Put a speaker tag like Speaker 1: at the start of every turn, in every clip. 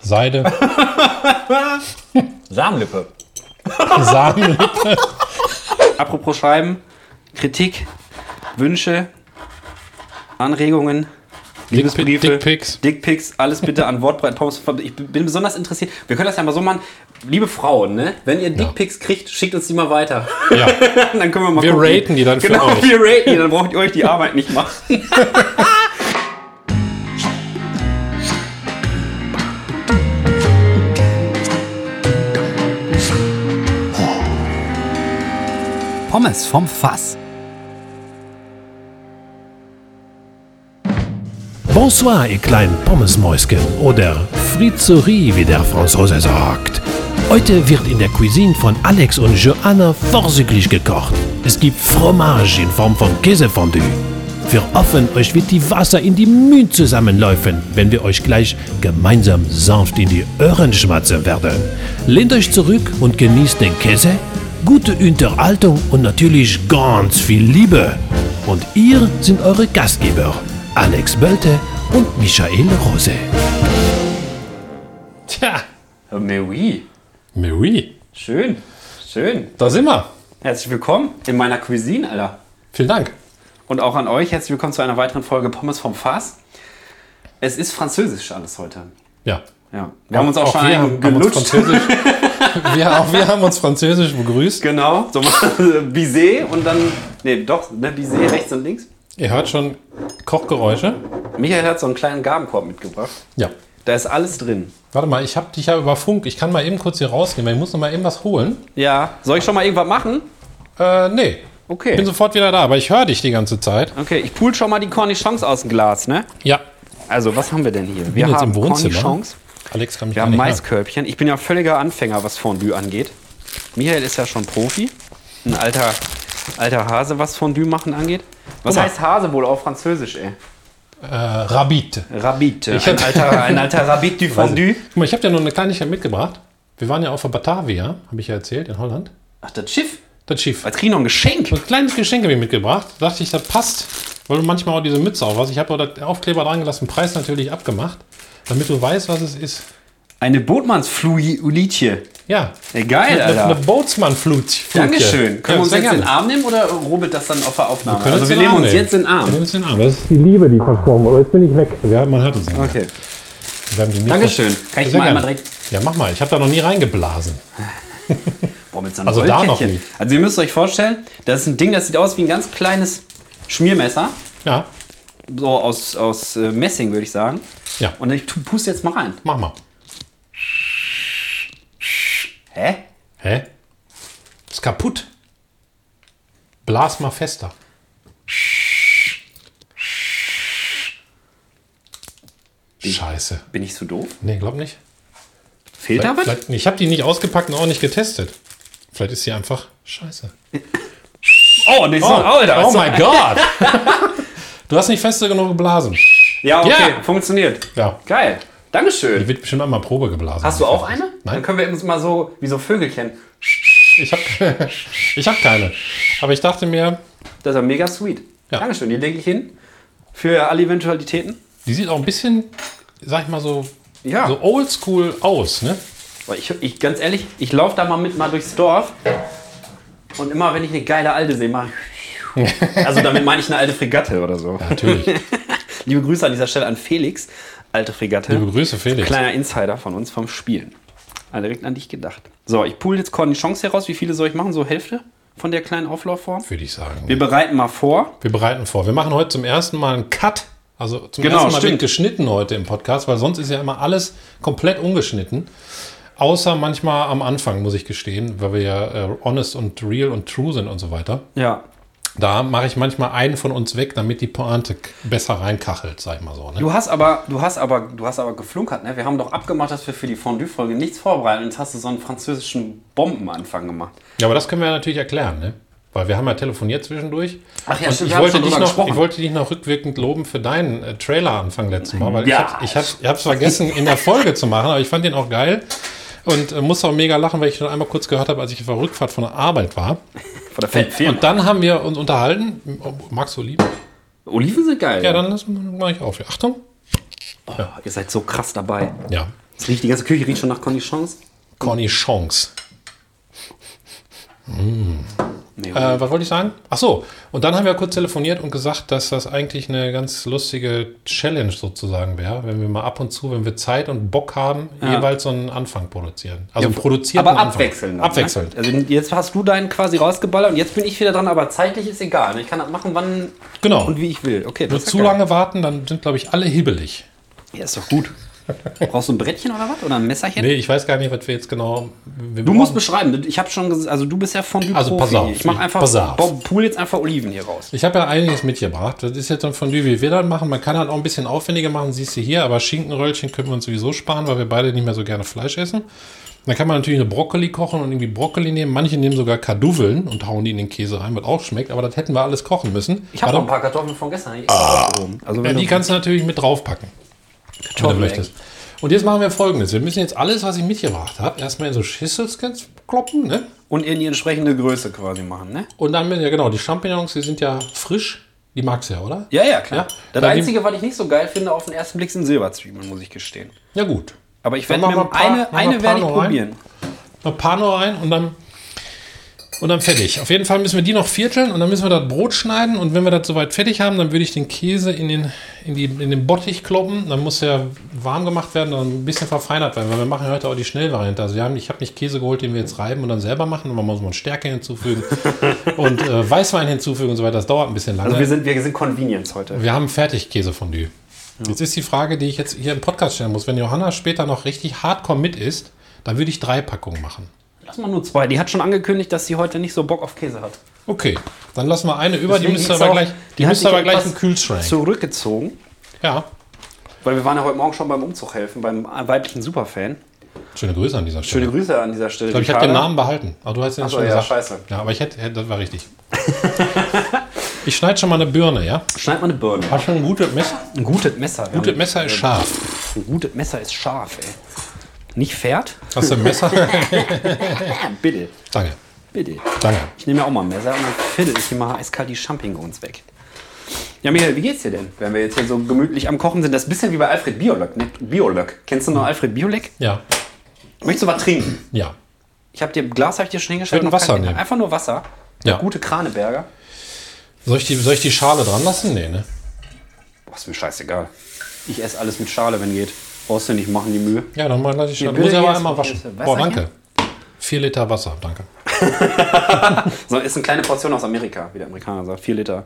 Speaker 1: Seide,
Speaker 2: Samenlippe.
Speaker 1: Samenlippe.
Speaker 3: Apropos Schreiben, Kritik, Wünsche, Anregungen,
Speaker 1: Dickpi-
Speaker 3: Liebesbriefe,
Speaker 1: Dickpics.
Speaker 3: Dickpics, alles bitte an Wortbreit Thomas. Ich bin besonders interessiert. Wir können das ja mal so machen. Liebe Frauen, ne? wenn ihr Dickpics kriegt, schickt uns die mal weiter.
Speaker 1: Ja.
Speaker 3: dann können wir mal
Speaker 1: Wir raten die dann für
Speaker 3: genau,
Speaker 1: euch.
Speaker 3: wir raten die, dann braucht ihr euch die Arbeit nicht machen.
Speaker 4: Pommes vom Fass.
Speaker 5: Bonsoir, ihr kleinen Pommesmäuschen oder Fritzerie, wie der Franzose sagt. Heute wird in der Cuisine von Alex und Joanna vorzüglich gekocht. Es gibt Fromage in Form von Käsefondue. Wir hoffen, euch wird die Wasser in die Mühlen zusammenläufen, wenn wir euch gleich gemeinsam sanft in die Ohren schmatzen werden. Lehnt euch zurück und genießt den Käse, gute Unterhaltung und natürlich ganz viel Liebe. Und ihr sind eure Gastgeber, Alex Bölte und Michael Rose.
Speaker 1: Tja,
Speaker 3: Äh, Mais oui.
Speaker 1: mais oui,
Speaker 3: Schön, schön.
Speaker 1: da sind wir.
Speaker 3: Herzlich willkommen in meiner Cuisine, Alter.
Speaker 1: Vielen Dank.
Speaker 3: Und auch an euch herzlich willkommen zu einer weiteren Folge Pommes vom Fass. Es ist französisch alles heute.
Speaker 1: Ja.
Speaker 3: Ja. Wir haben uns auch,
Speaker 1: Auch
Speaker 3: schon
Speaker 1: wir
Speaker 3: einen
Speaker 1: haben, haben uns
Speaker 3: gelutscht.
Speaker 1: französisch. wir, auch wir haben uns französisch begrüßt.
Speaker 3: Genau, so mal Bisee und dann, nee, doch, ne, Bisee rechts und links.
Speaker 1: Ihr hört schon Kochgeräusche.
Speaker 3: Michael hat so einen kleinen Gabenkorb mitgebracht.
Speaker 1: Ja.
Speaker 3: Da ist alles drin.
Speaker 1: Warte mal, ich habe dich ja über Funk. Ich kann mal eben kurz hier rausgehen, weil ich muss noch mal eben was holen.
Speaker 3: Ja, soll ich schon mal irgendwas machen?
Speaker 1: Äh, nee. Ich bin
Speaker 3: Okay.
Speaker 1: sofort wieder da, aber ich höre dich die ganze Zeit.
Speaker 3: Okay, ich pool schon mal die Cornichons aus dem Glas, ne?
Speaker 1: Ja.
Speaker 3: Also, was haben wir denn hier? Wir
Speaker 1: jetzt
Speaker 3: haben
Speaker 1: im Wohnzimmer.
Speaker 3: Cornichons,
Speaker 1: Alex kann mich
Speaker 3: wir
Speaker 1: gar
Speaker 3: haben
Speaker 1: nicht hören.
Speaker 3: Maiskörbchen. Ich bin ja völliger Anfänger, was Fondue angeht. Michael ist ja schon Profi. Ein alter, alter Hase, was Fondue machen angeht. Was
Speaker 1: mal.
Speaker 3: heißt Hase wohl auf Französisch, ey?
Speaker 1: Äh, Rabbit.
Speaker 3: Rabbit.
Speaker 1: Ich
Speaker 3: ein
Speaker 1: hab-
Speaker 3: alter, ein alter Rabbit du Fondue.
Speaker 1: Guck mal, ich habe dir noch eine Kleinigkeit mitgebracht. Wir waren ja auf der Batavia, habe ich ja erzählt, in Holland.
Speaker 3: Ach, das Schiff.
Speaker 1: Das Schiff.
Speaker 3: Als kriegen noch ein Geschenk.
Speaker 1: Ein kleines Geschenk habe ich mitgebracht. Da dachte ich, das passt, weil du manchmal auch diese Mütze auf hast. Ich habe auch den Aufkleber dran gelassen, Preis natürlich abgemacht, damit du weißt, was es ist.
Speaker 3: Eine Bootmannsfluiditje.
Speaker 1: Ja.
Speaker 3: Ey, geil,
Speaker 1: Eine, eine
Speaker 3: Alter.
Speaker 1: Bootsmann-Flut.
Speaker 3: Dankeschön. Können wir uns
Speaker 1: sehr
Speaker 3: jetzt
Speaker 1: gerne.
Speaker 3: den Arm nehmen oder robelt das dann auf der Aufnahme?
Speaker 1: können
Speaker 3: Also
Speaker 1: uns
Speaker 3: wir
Speaker 1: den
Speaker 3: nehmen
Speaker 1: Arm
Speaker 3: uns
Speaker 1: nehmen.
Speaker 3: jetzt den
Speaker 1: Wir nehmen
Speaker 3: Arm.
Speaker 1: uns den Arm. Das ist die Liebe, die versprochen wurde. Jetzt bin ich weg. Ja, man hört uns nicht.
Speaker 3: Okay.
Speaker 1: Wir haben die Mikros-
Speaker 3: Dankeschön. Kann ich
Speaker 1: Sehr
Speaker 3: mal
Speaker 1: gerne.
Speaker 3: einmal direkt.
Speaker 1: Ja, mach mal. Ich habe da noch nie reingeblasen.
Speaker 3: Boah, mit so einem
Speaker 1: Also da noch
Speaker 3: Rollkettchen.
Speaker 1: nicht.
Speaker 3: Also ihr müsst euch vorstellen, das ist ein Ding, das sieht aus wie ein ganz kleines Schmiermesser.
Speaker 1: Ja,
Speaker 3: So aus, aus äh, Messing, würde ich sagen.
Speaker 1: Ja.
Speaker 3: Und ich tu- puste jetzt mal rein.
Speaker 1: mach mal.
Speaker 3: Hä?
Speaker 1: Hä? Ist kaputt. Blas mal fester. Scheiße.
Speaker 3: Bin ich zu doof?
Speaker 1: Nee, glaub nicht.
Speaker 3: Fehlt da was?
Speaker 1: Vielleicht, ich habe die nicht ausgepackt und auch nicht getestet. Vielleicht ist sie einfach scheiße.
Speaker 3: Oh, nee, ist noch, Alter,
Speaker 1: oh
Speaker 3: ist noch-
Speaker 1: mein Gott! du hast nicht feste genug geblasen.
Speaker 3: Ja, okay,
Speaker 1: Ja.
Speaker 3: funktioniert.
Speaker 1: Ja.
Speaker 3: Geil. Dankeschön.
Speaker 1: Die wird bestimmt einmal Probe geblasen.
Speaker 3: Hast du auch eine? Dann
Speaker 1: Nein,
Speaker 3: können wir uns mal so wie so Vögelchen.
Speaker 1: ich habe ich hab keine. Aber ich dachte mir,
Speaker 3: Das ist ja mega sweet.
Speaker 1: Ja.
Speaker 3: Dankeschön, die lege ich hin. Für alle Eventualitäten.
Speaker 1: die sieht auch ein bisschen, sag ich mal so,
Speaker 3: Ja.
Speaker 1: so oldschool aus, ne?
Speaker 3: Boah, Ich, ich, ganz ehrlich, ich laufe da mal mit mal durchs Dorf. Und immer, wenn ich eine geile Alte sehe, mache ich. Also damit meine ich eine alte Fregatte oder so.
Speaker 1: Natürlich.
Speaker 3: Liebe Grüße an dieser Stelle an Felix, alte Fregatte.
Speaker 1: Liebe Grüße, Felix.
Speaker 3: Kleiner Insider von uns vom Spielen. Ah, direkt an dich gedacht. So, ich pool jetzt Cornichons hier raus. Wie viele soll ich machen? So Hälfte von der kleinen Auflaufform?
Speaker 1: Würde ich sagen.
Speaker 3: Wir
Speaker 1: Wir,
Speaker 3: bereiten mal vor.
Speaker 1: bereiten vor. Wir machen heute zum ersten Mal einen Cut. Also zum
Speaker 3: Genau,
Speaker 1: ersten Mal
Speaker 3: stimmt.
Speaker 1: wird geschnitten heute im Podcast, weil sonst ist ja immer alles komplett ungeschnitten. Außer manchmal am Anfang, muss ich gestehen, weil wir ja äh, honest und real und true sind und so weiter.
Speaker 3: Ja.
Speaker 1: Da mache ich manchmal einen von uns weg, damit die Pointe k- besser reinkachelt, sag ich mal so. Ne?
Speaker 3: Du hast aber, du hast aber, du hast aber geflunkert, ne? Wir haben doch abgemacht, dass wir für die Fondue-Folge nichts vorbereiten. Und jetzt hast du so einen französischen Bombenanfang gemacht.
Speaker 1: Ja, aber das können wir natürlich erklären, ne? Weil wir haben ja telefoniert zwischendurch.
Speaker 3: Ach ja,
Speaker 1: Und
Speaker 3: stimmt,
Speaker 1: ich,
Speaker 3: wir haben
Speaker 1: wollte
Speaker 3: schon
Speaker 1: dich
Speaker 3: drüber
Speaker 1: noch,
Speaker 3: gesprochen.
Speaker 1: ich wollte dich noch rückwirkend loben für deinen äh, Trailer-Anfang letztes Mal, weil
Speaker 3: Ja.
Speaker 1: ich hab- ich hab's- ich hab's vergessen, in der Folge zu machen, aber ich fand den auch geil und äh, musste auch mega lachen, weil ich schon einmal kurz gehört habe, als ich auf der Rückfahrt von der Arbeit war.
Speaker 3: Von der Fan
Speaker 1: Und dann haben wir uns unterhalten. Oh, Magst du Oliven?
Speaker 3: Oliven sind geil.
Speaker 1: Ja, dann lass- mach ich auf. Achtung.
Speaker 3: Ihr seid so krass dabei.
Speaker 1: Ja.
Speaker 3: Es riecht, die ganze Küche riecht schon nach Cornichons.
Speaker 1: Cornichons.
Speaker 3: Nee,
Speaker 1: Äh, was wollte ich sagen? Ach so, und dann haben wir kurz telefoniert und gesagt, dass das eigentlich eine ganz lustige Challenge sozusagen wäre, wenn wir mal ab und zu, wenn wir Zeit und Bock haben, jeweils so einen Anfang produzieren. Also einen produzierten
Speaker 3: aber
Speaker 1: Anfang.
Speaker 3: abwechselnd.
Speaker 1: Abwechselnd.
Speaker 3: Ne? Also jetzt hast du deinen quasi rausgeballert und jetzt bin ich wieder dran, aber zeitlich ist egal. ne? Ich kann das machen, wann
Speaker 1: Genau.
Speaker 3: und wie ich will. Okay,
Speaker 1: Nur
Speaker 3: das ist
Speaker 1: zu
Speaker 3: ja geil.
Speaker 1: lange warten, dann sind, glaube ich, alle hibbelig.
Speaker 3: Ja, ist doch gut. Brauchst du ein Brettchen oder was? Oder ein Messerchen?
Speaker 1: Nee, ich weiß gar nicht, was wir jetzt genau. Wir
Speaker 3: Du
Speaker 1: brauchen-
Speaker 3: musst beschreiben. Ich habe schon gesagt, also du bist ja von
Speaker 1: Also pass auf,
Speaker 3: Ich mach einfach,
Speaker 1: pass auf.
Speaker 3: Bob, pool jetzt einfach Oliven hier raus.
Speaker 1: Ich habe ja einiges mitgebracht. Das ist jetzt dann von wie wir dann machen. Man kann halt auch ein bisschen aufwendiger machen, siehst du hier, aber Schinkenröllchen können wir uns sowieso sparen, weil wir beide nicht mehr so gerne Fleisch essen. Dann kann man natürlich eine Brokkoli kochen und irgendwie Brokkoli nehmen. Manche nehmen sogar Kartoffeln und hauen die in den Käse rein, was auch schmeckt, aber das hätten wir alles kochen müssen.
Speaker 3: Ich habe
Speaker 1: Warte,
Speaker 3: noch ein paar Kartoffeln von gestern. Ah. Also
Speaker 1: ja,
Speaker 3: wenn
Speaker 1: die
Speaker 3: du
Speaker 1: kannst du natürlich mit draufpacken, wenn du möchtest. Und jetzt machen wir folgendes. Wir müssen jetzt alles, was ich mitgebracht habe, erstmal in so Schüssels kloppen, ne?
Speaker 3: und in die entsprechende Größe quasi machen, ne?
Speaker 1: Und dann, ja genau, die Champignons, die sind ja frisch. Die magst du ja, oder?
Speaker 3: Ja, ja, klar.
Speaker 1: Ja.
Speaker 3: Das
Speaker 1: Dann
Speaker 3: Einzige, was ich nicht so geil finde auf den ersten Blick, sind Silberzwiebeln, muss ich gestehen.
Speaker 1: Ja gut.
Speaker 3: Aber ich
Speaker 1: Dann machen
Speaker 3: werde mir
Speaker 1: wir ein paar-
Speaker 3: eine,
Speaker 1: machen wir ein
Speaker 3: eine
Speaker 1: paar
Speaker 3: werde ich
Speaker 1: noch rein.
Speaker 3: probieren.
Speaker 1: Noch ein paar nur rein und dann, und dann fertig. Auf jeden Fall müssen wir die noch vierteln und dann müssen wir das Brot schneiden. Und wenn wir das soweit fertig haben, dann würde ich den Käse in den, in die, in den Bottich kloppen. Dann muss er warm gemacht werden und ein bisschen verfeinert werden, weil wir machen heute auch die Schnellvariante. Also wir haben, ich habe nicht Käse geholt, den wir jetzt reiben und dann selber machen. Man muss mal Stärke hinzufügen und äh, Weißwein hinzufügen und so weiter. Das dauert ein bisschen lange.
Speaker 3: Also wir sind, wir sind Convenience heute.
Speaker 1: Wir haben Fertigkäsefondue. Jetzt ist die Frage, die ich jetzt hier im Podcast stellen muss. Wenn Johanna später noch richtig hardcore mit ist, dann würde ich drei Packungen machen.
Speaker 3: Lass mal nur zwei. Die hat schon angekündigt, dass sie heute nicht so Bock auf Käse hat.
Speaker 1: Okay, dann lassen wir eine über, die
Speaker 3: Deswegen
Speaker 1: müsste
Speaker 3: ist
Speaker 1: aber
Speaker 3: auch-
Speaker 1: gleich, die
Speaker 3: hat
Speaker 1: müsste
Speaker 3: sich
Speaker 1: aber gleich
Speaker 3: etwas
Speaker 1: im Kühlschrank.
Speaker 3: Zurückgezogen,
Speaker 1: Ja,
Speaker 3: weil wir waren ja heute Morgen schon beim Umzug helfen, beim weiblichen Superfan.
Speaker 1: schöne Grüße an dieser Stelle.
Speaker 3: Schöne Grüße an dieser Stelle.
Speaker 1: Ich glaube, ich habe den Namen behalten. Aber du hast den
Speaker 3: Ach so,
Speaker 1: schon
Speaker 3: ja,
Speaker 1: gesagt.
Speaker 3: scheiße.
Speaker 1: Ja, aber ich hätte, hätte- das war richtig. ich schneide schon mal eine Birne, ja?
Speaker 3: Schneid mal eine Birne.
Speaker 1: Hast schon ein gutes Messer?
Speaker 3: Ein gutes Messer.
Speaker 1: Gutes Messer ist scharf.
Speaker 3: Ein gutes Messer ist scharf, ey. Nicht Pferd?
Speaker 1: Hast du ein Messer?
Speaker 3: Bitte.
Speaker 1: Danke,
Speaker 3: Bitte.
Speaker 1: danke.
Speaker 3: Ich nehme ja auch mal ein Messer und dann fiddle ich hier mal eiskalt die Champignons weg. Ja, Michael, wie geht's dir denn, wenn wir jetzt hier so gemütlich am Kochen sind? Das ist ein bisschen wie bei Alfred Biolek. Ne? Biolek. Kennst du noch Alfred Biolek?
Speaker 1: Ja,
Speaker 3: Möchtest du was trinken?
Speaker 1: ja.
Speaker 3: Ich habe dir ein Glas hab ich dir schon hingestellt.
Speaker 1: Ich würd
Speaker 3: noch
Speaker 1: Wasser
Speaker 3: kein-
Speaker 1: nehmen.
Speaker 3: Einfach nur Wasser.
Speaker 1: Ja.
Speaker 3: Gute Kraneberger.
Speaker 1: Soll ich, die, soll ich die Schale dran lassen? Nee, ne?
Speaker 3: Boah, ist mir scheißegal. Ich esse alles mit Schale, wenn geht. Brauchst du nicht machen, die Mühe.
Speaker 1: Ja, dann mal lass ich
Speaker 3: Nee,
Speaker 1: schon.
Speaker 3: bitte
Speaker 1: Muss ich aber
Speaker 3: hier
Speaker 1: einmal
Speaker 3: erst-
Speaker 1: waschen.
Speaker 3: Wasser
Speaker 1: Boah, danke. Vier Liter Wasser, danke.
Speaker 3: So, ist eine kleine Portion aus Amerika, wie der Amerikaner sagt. Vier Liter.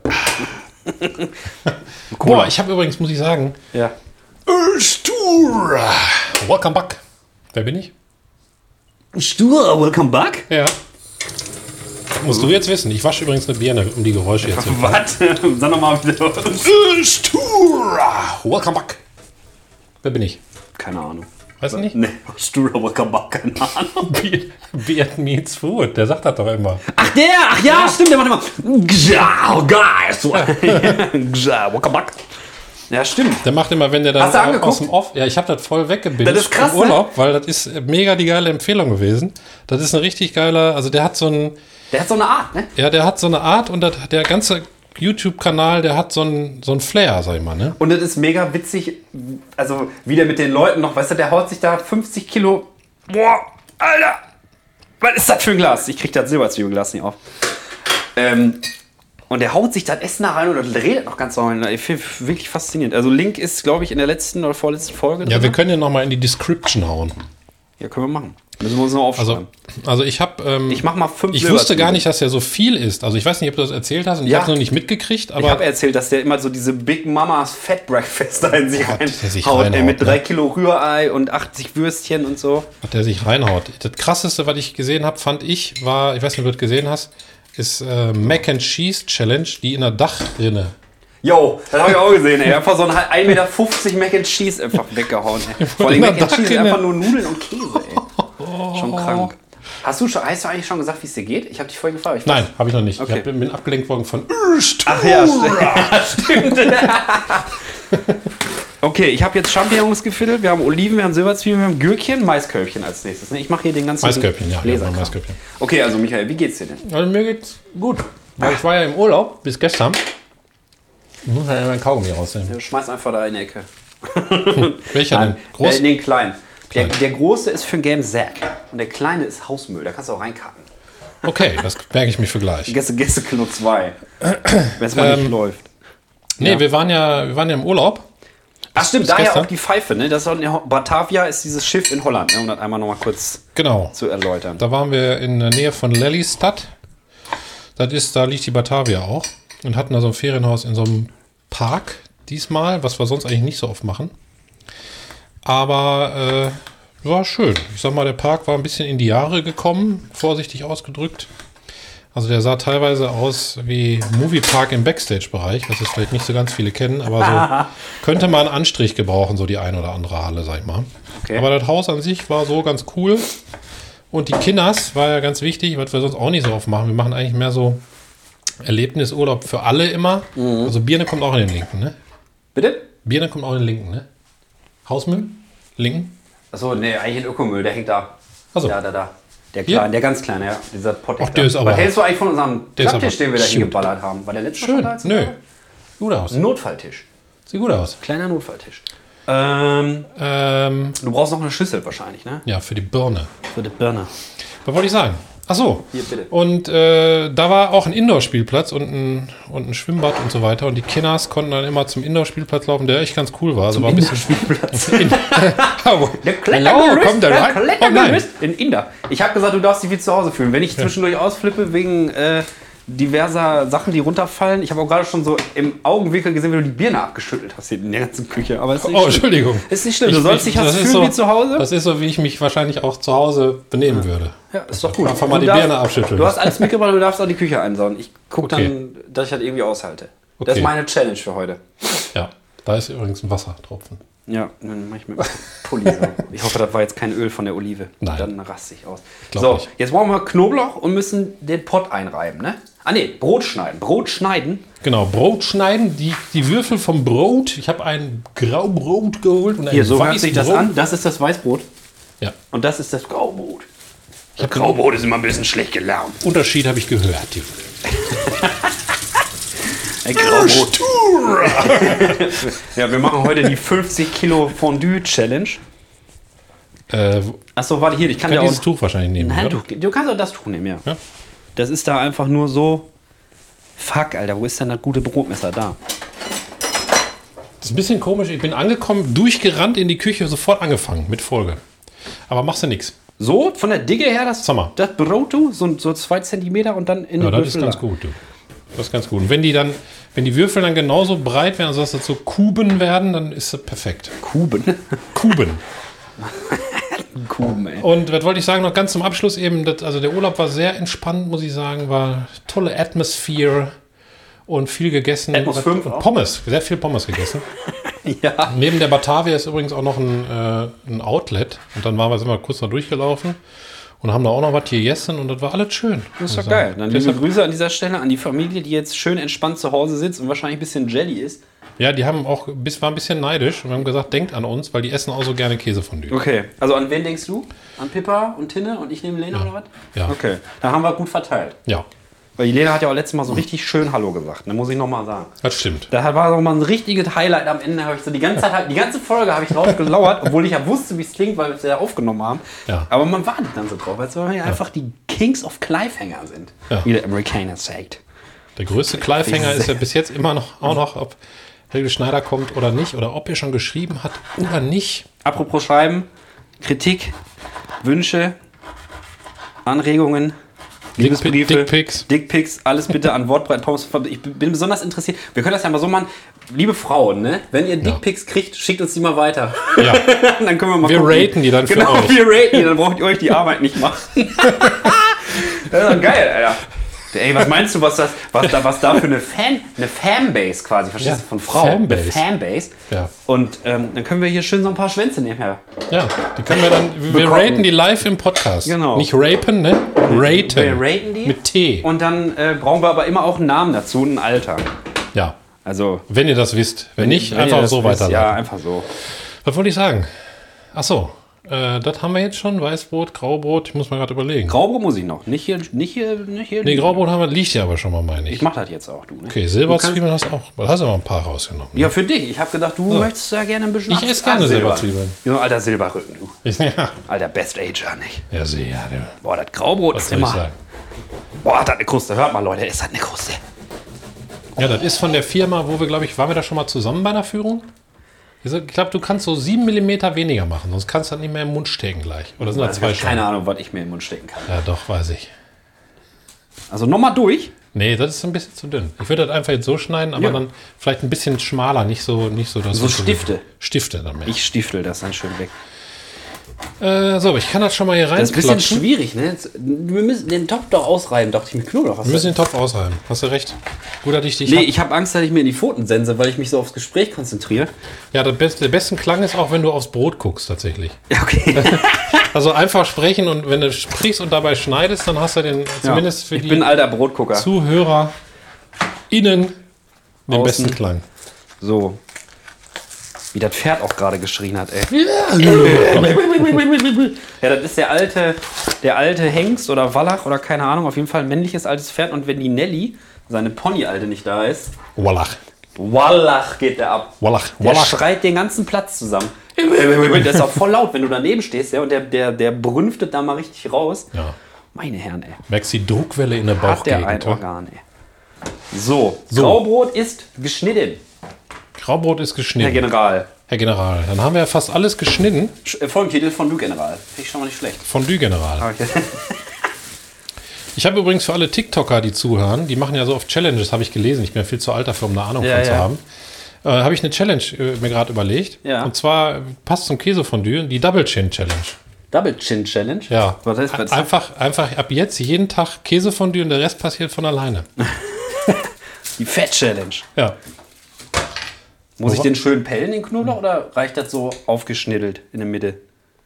Speaker 1: Boah, ich habe übrigens, muss ich sagen,
Speaker 3: Ja.
Speaker 1: Stur. Welcome back. Wer bin ich?
Speaker 3: Stur, welcome back.
Speaker 1: Ja. Musst du jetzt wissen. Ich wasche übrigens eine Birne, um die Geräusche jetzt zu
Speaker 3: Was? Sag nochmal wieder.
Speaker 1: Stur. Welcome back. Wer bin ich?
Speaker 3: Keine Ahnung.
Speaker 1: Weißt du nicht?
Speaker 3: Nee, Stura welcome back, keine Ahnung.
Speaker 1: Beard meets food. Der sagt das doch immer.
Speaker 3: Ach der, ach ja, stimmt, der macht immer. Gja, guys. Gja, welcome back. Ja, stimmt.
Speaker 1: Der macht immer, wenn der dann
Speaker 3: Hast du
Speaker 1: au-
Speaker 3: angeguckt?
Speaker 1: aus dem Off. Ja, ich habe das voll weggebildet.
Speaker 3: Das ist krass,
Speaker 1: Im
Speaker 3: ne?
Speaker 1: Urlaub, weil das ist mega die geile Empfehlung gewesen. Das ist eine richtig geile. Also der hat so ein.
Speaker 3: Der hat so eine Art, ne?
Speaker 1: Ja, der hat so eine Art und das, der ganze YouTube-Kanal, der hat so ein, so ein Flair, sag ich mal, ne?
Speaker 3: Und das ist mega witzig, also wie der mit den Leuten noch, weißt du, der haut sich da 50 Kilo. Boah, Alter! Was ist das für ein Glas? Ich krieg das Silberzwiebelglas nicht auf. Ähm, und der haut sich das Essen da rein und redet noch ganz normal. Ich finde wirklich faszinierend. Also Link ist, glaube ich, in der letzten oder vorletzten Folge.
Speaker 1: Ja,
Speaker 3: drin.
Speaker 1: wir können ja nochmal in die Description hauen.
Speaker 3: ja, können wir machen. Müssen wir uns noch aufschreiben.
Speaker 1: Also, also ich habe, ähm,
Speaker 3: ich mach mal fünf
Speaker 1: ich wusste gar
Speaker 3: Silberzwiebeln.
Speaker 1: nicht, dass der so viel ist. Also ich weiß nicht, ob du das erzählt hast und ich
Speaker 3: Ja.
Speaker 1: habe es noch nicht mitgekriegt,
Speaker 3: Ich habe
Speaker 1: aber
Speaker 3: erzählt, dass der immer so diese Big Mamas Fat Breakfast da in sich
Speaker 1: Gott, der sich
Speaker 3: reinhaut. Ey, mit
Speaker 1: reinhaut,
Speaker 3: drei
Speaker 1: ne?
Speaker 3: Kilo Rührei und 80 Würstchen und so.
Speaker 1: hat der sich reinhaut. Das krasseste, was ich gesehen habe, fand ich, war, ich weiß nicht, ob du das gesehen hast, ist äh, Mac and Cheese Challenge, die in der Dachrinne.
Speaker 3: Yo, das habe ich auch gesehen, ey. Einfach so ein 1,50 Meter Mac and Cheese einfach weggehauen, ey. Vor allem
Speaker 1: In der
Speaker 3: Mac and Cheese ist
Speaker 1: Dachrinne.
Speaker 3: einfach nur Nudeln und Käse, ey. Schon krank. Hast du, schon, hast du eigentlich schon gesagt, wie es dir geht? Ich habe dich vorhin gefragt. Ich
Speaker 1: Nein, habe ich noch nicht.
Speaker 3: Okay.
Speaker 1: Ich hab, bin abgelenkt worden von.
Speaker 3: Ach ja, stimmt. stimmt. okay, ich habe jetzt Champignons gefiddelt, wir haben Oliven, wir haben Silberzwiebeln, wir haben Gürkchen, Maiskörbchen als nächstes. ne? Ich mache hier den ganzen
Speaker 1: Maiskörbchen, ja,
Speaker 3: Gläser.
Speaker 1: genau, Maiskörbchen.
Speaker 3: Okay, also Michael, wie geht's dir denn?
Speaker 1: Also mir geht's gut. Weil ich war ja im Urlaub bis gestern. Ich muss halt immer ein Kaugummi rausnehmen.
Speaker 3: Schmeiß einfach da in die Ecke.
Speaker 1: Welcher denn?
Speaker 3: Äh,
Speaker 1: Groß?
Speaker 3: nee, klein. Der, der große ist für ein Game Zack und der kleine ist Hausmüll. Da kannst du auch reinkacken.
Speaker 1: Okay, das merke ich mich für gleich.
Speaker 3: Gäste, Gäste Kino 2. Wenn es
Speaker 1: Ähm,
Speaker 3: mal nicht läuft.
Speaker 1: Nee, wir waren ja, wir waren ja im Urlaub.
Speaker 3: Ach stimmt, daher
Speaker 1: gestern?
Speaker 3: auch die Pfeife, ne? Das ist auch in Ho- Batavia ist dieses Schiff in Holland, ne? um das einmal nochmal kurz
Speaker 1: Genau.
Speaker 3: zu erläutern.
Speaker 1: Da waren wir in der Nähe von Lelystad. Das ist, da liegt die Batavia auch. Und hatten da so ein Ferienhaus in so einem Park diesmal, was wir sonst eigentlich nicht so oft machen. Aber äh, war schön. Ich sag mal, der Park war ein bisschen in die Jahre gekommen, vorsichtig ausgedrückt. Also der sah teilweise aus wie Moviepark im Backstage-Bereich, was jetzt vielleicht nicht so ganz viele kennen, aber so könnte man einen Anstrich gebrauchen, so die ein oder andere Halle, sag ich mal.
Speaker 3: Okay.
Speaker 1: Aber das Haus an sich war so ganz cool. Und die Kinders war ja ganz wichtig, was wir sonst auch nicht so oft machen. Wir machen eigentlich mehr so Erlebnisurlaub für alle immer. Also Birne kommt auch in den Linken, ne?
Speaker 3: Bitte?
Speaker 1: Birne kommt auch in den Linken, ne? Hausmüll? Linken?
Speaker 3: Achso, nee, eigentlich in Ökomüll, der hängt da.
Speaker 1: Also,
Speaker 3: Da, da, da. Der
Speaker 1: Hier?
Speaker 3: kleine, der ganz kleine, ja. Dieser Pott.
Speaker 1: Ach, der ist aber-
Speaker 3: Was hältst du eigentlich von unserem
Speaker 1: Der ist
Speaker 3: Klapptisch,
Speaker 1: aber-
Speaker 3: den wir da
Speaker 1: Shoot.
Speaker 3: hingeballert haben? War der letzte
Speaker 1: schön.
Speaker 3: da?
Speaker 1: Nö. Gut aus.
Speaker 3: Notfalltisch.
Speaker 1: Sieht gut aus.
Speaker 3: Kleiner Notfalltisch. Ähm,
Speaker 1: Ähm,
Speaker 3: du brauchst noch eine Schüssel wahrscheinlich, ne?
Speaker 1: ja, für die Birne.
Speaker 3: Für die Birne.
Speaker 1: Was wollte ich sagen? Ach so.
Speaker 3: Hier, bitte.
Speaker 1: Und äh, da war auch ein Indoor-Spielplatz und ein, und ein Schwimmbad und so weiter. Und die Kinders konnten dann immer zum Indoor-Spielplatz laufen, der echt ganz cool war. Also war ein bisschen Spielplatz. Hallo,
Speaker 3: Der
Speaker 1: komm da rein. Oh nein.
Speaker 3: Klettergerüst in Inder. Ich habe gesagt, du darfst dich wie zu Hause fühlen. Wenn ich zwischendurch ausflippe wegen äh, diverser Sachen, die runterfallen, ich habe auch gerade schon so im Augenwinkel gesehen, wie du die Birne abgeschüttelt hast hier in der ganzen Küche. Aber ist nicht
Speaker 1: Oh,
Speaker 3: schlimm.
Speaker 1: Entschuldigung.
Speaker 3: Ist nicht schlimm. Du sollst dich hast
Speaker 1: das ist
Speaker 3: fühlen
Speaker 1: so,
Speaker 3: wie zu Hause.
Speaker 1: Das ist so, wie ich mich wahrscheinlich auch zu Hause benehmen würde.
Speaker 3: ja, ist doch gut.
Speaker 1: Einfach mal
Speaker 3: Du
Speaker 1: die
Speaker 3: darfst-
Speaker 1: Birne abschütteln.
Speaker 3: Du hast alles mitgebracht, du darfst auch die Küche einsauen. Ich gucke dann,
Speaker 1: Okay.
Speaker 3: dass ich das irgendwie aushalte. Das
Speaker 1: Okay.
Speaker 3: ist meine Challenge für heute.
Speaker 1: Ja, da ist übrigens ein Wassertropfen.
Speaker 3: Ja, dann mache ich mit dem Pulli so. Ich hoffe, das war jetzt kein Öl von der Olive.
Speaker 1: Nein.
Speaker 3: Dann raste ich aus.
Speaker 1: Glaub
Speaker 3: so,
Speaker 1: nicht.
Speaker 3: jetzt brauchen wir Knoblauch und müssen den Pott einreiben, ne? Ah ne, Brot schneiden. Brot schneiden.
Speaker 1: Genau, Brot schneiden, die, die Würfel vom Brot. Ich habe ein Graubrot geholt und ein
Speaker 3: Hier, so hört sich das
Speaker 1: Weißbrot.
Speaker 3: an. Das ist das Weißbrot
Speaker 1: Ja,
Speaker 3: und das ist das Graubrot.
Speaker 1: ich habe
Speaker 3: Graubrot ist immer ein bisschen schlecht gelaunt.
Speaker 1: Unterschied habe ich gehört. Äh, Junge.
Speaker 3: Ein Graubrot. ja, wir machen heute die 50 Kilo Fondue Challenge.
Speaker 1: Äh,
Speaker 3: Achso, warte, hier, ich kann,
Speaker 1: kann
Speaker 3: dir
Speaker 1: dieses
Speaker 3: auch
Speaker 1: Tuch wahrscheinlich nehmen.
Speaker 3: ein
Speaker 1: oder?
Speaker 3: Handtuch geben. Du kannst auch das Tuch nehmen, ja.
Speaker 1: Ja.
Speaker 3: Das ist da einfach nur so. Fuck, Alter, wo ist denn das gute Brotmesser da?
Speaker 1: Das ist ein bisschen komisch. Ich bin angekommen, durchgerannt in die Küche, sofort angefangen mit Folge. Aber machst du nichts.
Speaker 3: So, von der Digge her, das,
Speaker 1: Sag mal.
Speaker 3: das Brot, du, so, so zwei Zentimeter und dann in
Speaker 1: Ja,
Speaker 3: den
Speaker 1: das ist
Speaker 3: Würfel
Speaker 1: ganz
Speaker 3: da.
Speaker 1: gut. Du. Das ist ganz gut. Und wenn die dann, wenn die Würfel dann genauso breit werden, also dass das so Kuben werden, dann ist das perfekt.
Speaker 3: Kuben.
Speaker 1: Kuben.
Speaker 3: Kuben, ey.
Speaker 1: Und was wollte ich sagen, noch ganz zum Abschluss eben, das, also der Urlaub war sehr entspannt, muss ich sagen, war tolle Atmosphäre und viel gegessen.
Speaker 3: Atmos
Speaker 1: Was-
Speaker 3: fünf
Speaker 1: und
Speaker 3: auch?
Speaker 1: Pommes, sehr viel Pommes gegessen. Oh.
Speaker 3: Ja.
Speaker 1: Neben der Batavia ist übrigens auch noch ein, äh, ein Outlet und dann waren wir, sind wir kurz noch durchgelaufen und haben da auch noch was gegessen und das war alles schön.
Speaker 3: Das ist doch geil. Dann liebe
Speaker 1: Deshalb-
Speaker 3: Grüße an dieser Stelle an die Familie, die jetzt schön entspannt zu Hause sitzt und wahrscheinlich ein bisschen jelly ist.
Speaker 1: Ja, die haben auch, bis waren ein bisschen neidisch und wir haben gesagt, denkt an uns, weil die essen auch so gerne Käsefondue.
Speaker 3: Okay. Also an wen denkst du? An Pippa und Tinne und ich nehme Lena oder was?
Speaker 1: Ja.
Speaker 3: Okay. Dann haben wir gut verteilt.
Speaker 1: Ja,
Speaker 3: Weil die Lena hat ja auch letztes Mal so richtig schön Hallo gesagt. Da muss ich nochmal sagen.
Speaker 1: das stimmt.
Speaker 3: Da war nochmal ein richtiges Highlight am Ende. Habe ich so die ganze Zeit, die ganze Folge habe ich drauf gelauert, obwohl ich ja wusste, wie es klingt, weil wir es ja aufgenommen haben.
Speaker 1: Ja.
Speaker 3: Aber man wartet dann so drauf, weil es ja einfach die Kings of Cliffhanger sind,
Speaker 1: Ja.
Speaker 3: wie der Amerikaner sagt.
Speaker 1: Der größte Cliffhanger ist ja bis jetzt immer noch, auch noch, ob Helge Schneider kommt oder nicht oder ob er schon geschrieben hat oder nicht.
Speaker 3: Apropos Schreiben, Kritik, Wünsche, Anregungen, Liebesbriefe,
Speaker 1: Dickpics.
Speaker 3: Dickpics, alles bitte an Wortbreit Pommes. Ich bin besonders interessiert. Wir können das ja mal so machen. Liebe Frauen, ne? wenn ihr Dickpics kriegt, schickt uns die mal weiter.
Speaker 1: Ja.
Speaker 3: dann können wir mal
Speaker 1: Wir
Speaker 3: gucken.
Speaker 1: raten die dann für
Speaker 3: genau,
Speaker 1: euch.
Speaker 3: wir raten die, dann braucht ihr euch die Arbeit nicht machen. das ist doch geil, Alter. Ey, was meinst du, was das, was da, was da für eine Fan, eine Fanbase quasi, verstehst
Speaker 1: Ja,
Speaker 3: du, von Frauen,
Speaker 1: Fanbase.
Speaker 3: eine Fanbase.
Speaker 1: Ja.
Speaker 3: Und ähm, dann können wir hier schön so ein paar Schwänze nebenher.
Speaker 1: Ja, die können wir dann, wir
Speaker 3: Bekommen.
Speaker 1: raten die live im Podcast.
Speaker 3: Genau.
Speaker 1: Nicht rapen, ne? Raten.
Speaker 3: Wir raten die.
Speaker 1: Mit T.
Speaker 3: Und dann äh, brauchen wir aber immer auch einen Namen dazu, und ein Alter.
Speaker 1: ja,
Speaker 3: Also
Speaker 1: wenn ihr das wisst. Wenn, nicht,
Speaker 3: wenn ihr
Speaker 1: einfach
Speaker 3: das
Speaker 1: so
Speaker 3: wisst,
Speaker 1: weiter.
Speaker 3: Ja, einfach so.
Speaker 1: Was wollte ich sagen? Ach so. Äh, Äh, das haben wir jetzt schon. Weißbrot, Graubrot. Ich muss mal gerade überlegen.
Speaker 3: Graubrot muss ich noch. Nicht hier, nicht hier, nicht hier.
Speaker 1: nee, Graubrot haben wir, liegt ja aber schon mal, meine ich.
Speaker 3: Ich mach das jetzt auch, du. Ne?
Speaker 1: Okay, Silberzwiebeln hast du auch. Du hast aber ein paar rausgenommen.
Speaker 3: Ja, für dich. Ich habe gedacht, du möchtest ja gerne ein bisschen.
Speaker 1: Ich esse gerne
Speaker 3: Silber.
Speaker 1: Silberzwiebeln.
Speaker 3: Ja, alter Silberrücken, du.
Speaker 1: Ja,
Speaker 3: Alter Best Ager, nicht?
Speaker 1: ja sehe ja. der-
Speaker 3: Boah, das Graubrot
Speaker 1: Was
Speaker 3: ist
Speaker 1: soll ich
Speaker 3: immer.
Speaker 1: sagen?
Speaker 3: Boah, hat das eine Kruste. Hört mal, Leute, ist das eine Kruste. Also
Speaker 1: Ja, das ist von der Firma, wo wir, glaube ich, waren wir da schon mal zusammen bei einer Führung? Ich glaube, du kannst so 7 mm weniger machen, sonst kannst du das nicht mehr im Mund stecken gleich. Oder sind da zwei schon?
Speaker 3: Keine Ahnung, was ich mir in den Mund stecken kann.
Speaker 1: Ja, doch, weiß ich.
Speaker 3: Also nochmal durch.
Speaker 1: Nee, das ist ein bisschen zu dünn. Ich würde das einfach jetzt so schneiden, aber
Speaker 3: Ja.
Speaker 1: dann vielleicht ein bisschen schmaler, nicht so, nicht so das.
Speaker 3: So Stifte.
Speaker 1: Stifte damit.
Speaker 3: Ich stiftel das dann schön weg.
Speaker 1: äh, so, aber ich kann das schon mal hier rein.
Speaker 3: Das ist ein bisschen schwierig, ne? Jetzt- Wir müssen den Topf doch ausreiben, dachte ich mit Knoblauch. Was
Speaker 1: Wir müssen den Topf ausreiben. Hast du recht. Gut, dass ich dich.
Speaker 3: nee,
Speaker 1: hab.
Speaker 3: ich habe Angst, dass ich mir in die Pfoten sense, weil ich mich so aufs Gespräch konzentriere.
Speaker 1: Ja, der beste, der besten Klang ist auch, wenn du aufs Brot guckst, tatsächlich.
Speaker 3: Ja, okay.
Speaker 1: Also einfach sprechen und wenn du sprichst und dabei schneidest, dann hast du den zumindest für
Speaker 3: ich
Speaker 1: die
Speaker 3: bin alter Brotgucker.
Speaker 1: Zuhörer innen den
Speaker 3: Außen.
Speaker 1: besten Klang.
Speaker 3: So. Wie das Pferd auch gerade geschrien hat, ey. Ja, das ist der alte, der alte Hengst oder Wallach oder keine Ahnung, auf jeden Fall ein männliches altes Pferd. Und wenn die Nelly, seine Pony-Alte, nicht da ist,
Speaker 1: Wallach.
Speaker 3: Wallach geht der ab.
Speaker 1: Wallach.
Speaker 3: Der
Speaker 1: Wallach.
Speaker 3: schreit den ganzen Platz zusammen. Der ist auch voll laut, wenn du daneben stehst, ja, und der, der, der brünftet da mal richtig raus.
Speaker 1: Ja.
Speaker 3: Meine Herren, ey.
Speaker 1: Merkst die Druckwelle in der
Speaker 3: Hat der ein
Speaker 1: Bauchgegend. wa?
Speaker 3: Organ, ey. So,
Speaker 1: So.
Speaker 3: Graubrot ist geschnitten,
Speaker 1: Graubrot ist
Speaker 3: Herr
Speaker 1: geschnitten.
Speaker 3: General.
Speaker 1: Herr General, dann haben wir ja fast alles geschnitten.
Speaker 3: Sch- äh, Folgentitel von Du General. Finde ich schon mal nicht schlecht.
Speaker 1: Fondue General. Ich habe übrigens für alle TikToker, die zuhören, die machen ja so oft Challenges, habe ich gelesen. Ich bin ja viel zu alt dafür, um eine Ahnung
Speaker 3: Ja,
Speaker 1: von zu
Speaker 3: ja.
Speaker 1: haben. Äh, habe ich eine Challenge äh, mir gerade überlegt.
Speaker 3: Ja.
Speaker 1: Und zwar äh, passt zum Käsefondue die Double Chin Challenge.
Speaker 3: Double Chin Challenge.
Speaker 1: Ja.
Speaker 3: Was heißt das?
Speaker 1: Einfach, einfach ab jetzt jeden Tag Käsefondue und der Rest passiert von alleine.
Speaker 3: Die Fett Challenge.
Speaker 1: Ja.
Speaker 3: Muss ich den schön pellen, den Knoblauch, oder reicht das so aufgeschnittelt in der Mitte?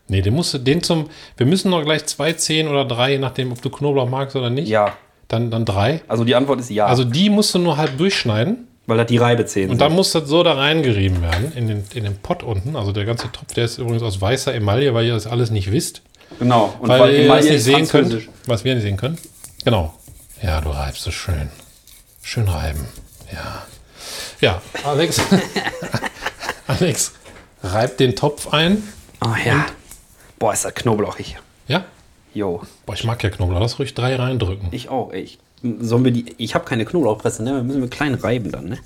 Speaker 1: Nee, den musst du, den zum, wir müssen noch gleich zwei, zehn oder drei, je nachdem, ob du Knoblauch magst oder nicht.
Speaker 3: Ja.
Speaker 1: Dann, dann drei.
Speaker 3: Also die Antwort ist ja.
Speaker 1: Also die musst du nur halb durchschneiden.
Speaker 3: weil das die Reibezähne
Speaker 1: Und
Speaker 3: sind.
Speaker 1: dann muss das so da reingerieben werden, in den, in den Pott unten. Also der ganze Topf, der ist übrigens aus weißer Emaille, weil ihr das alles nicht wisst.
Speaker 3: Genau. Und
Speaker 1: Weil, ihr das
Speaker 3: Emaille
Speaker 1: nicht
Speaker 3: ist
Speaker 1: sehen
Speaker 3: französisch.
Speaker 1: könnt. Was wir nicht sehen können. Genau. Ja, du reibst es schön. Schön reiben. Ja. Ja, Alex. Alex, reibt den Topf ein.
Speaker 3: Oh ja. Boah, ist das knoblauchig.
Speaker 1: Ja?
Speaker 3: Jo.
Speaker 1: Boah, ich mag ja Knoblauch. Lass ruhig drei reindrücken.
Speaker 3: Ich auch, ey. Ich, sollen wir die, ich habe keine Knoblauchpresse, ne? Wir müssen wir klein reiben dann, ne?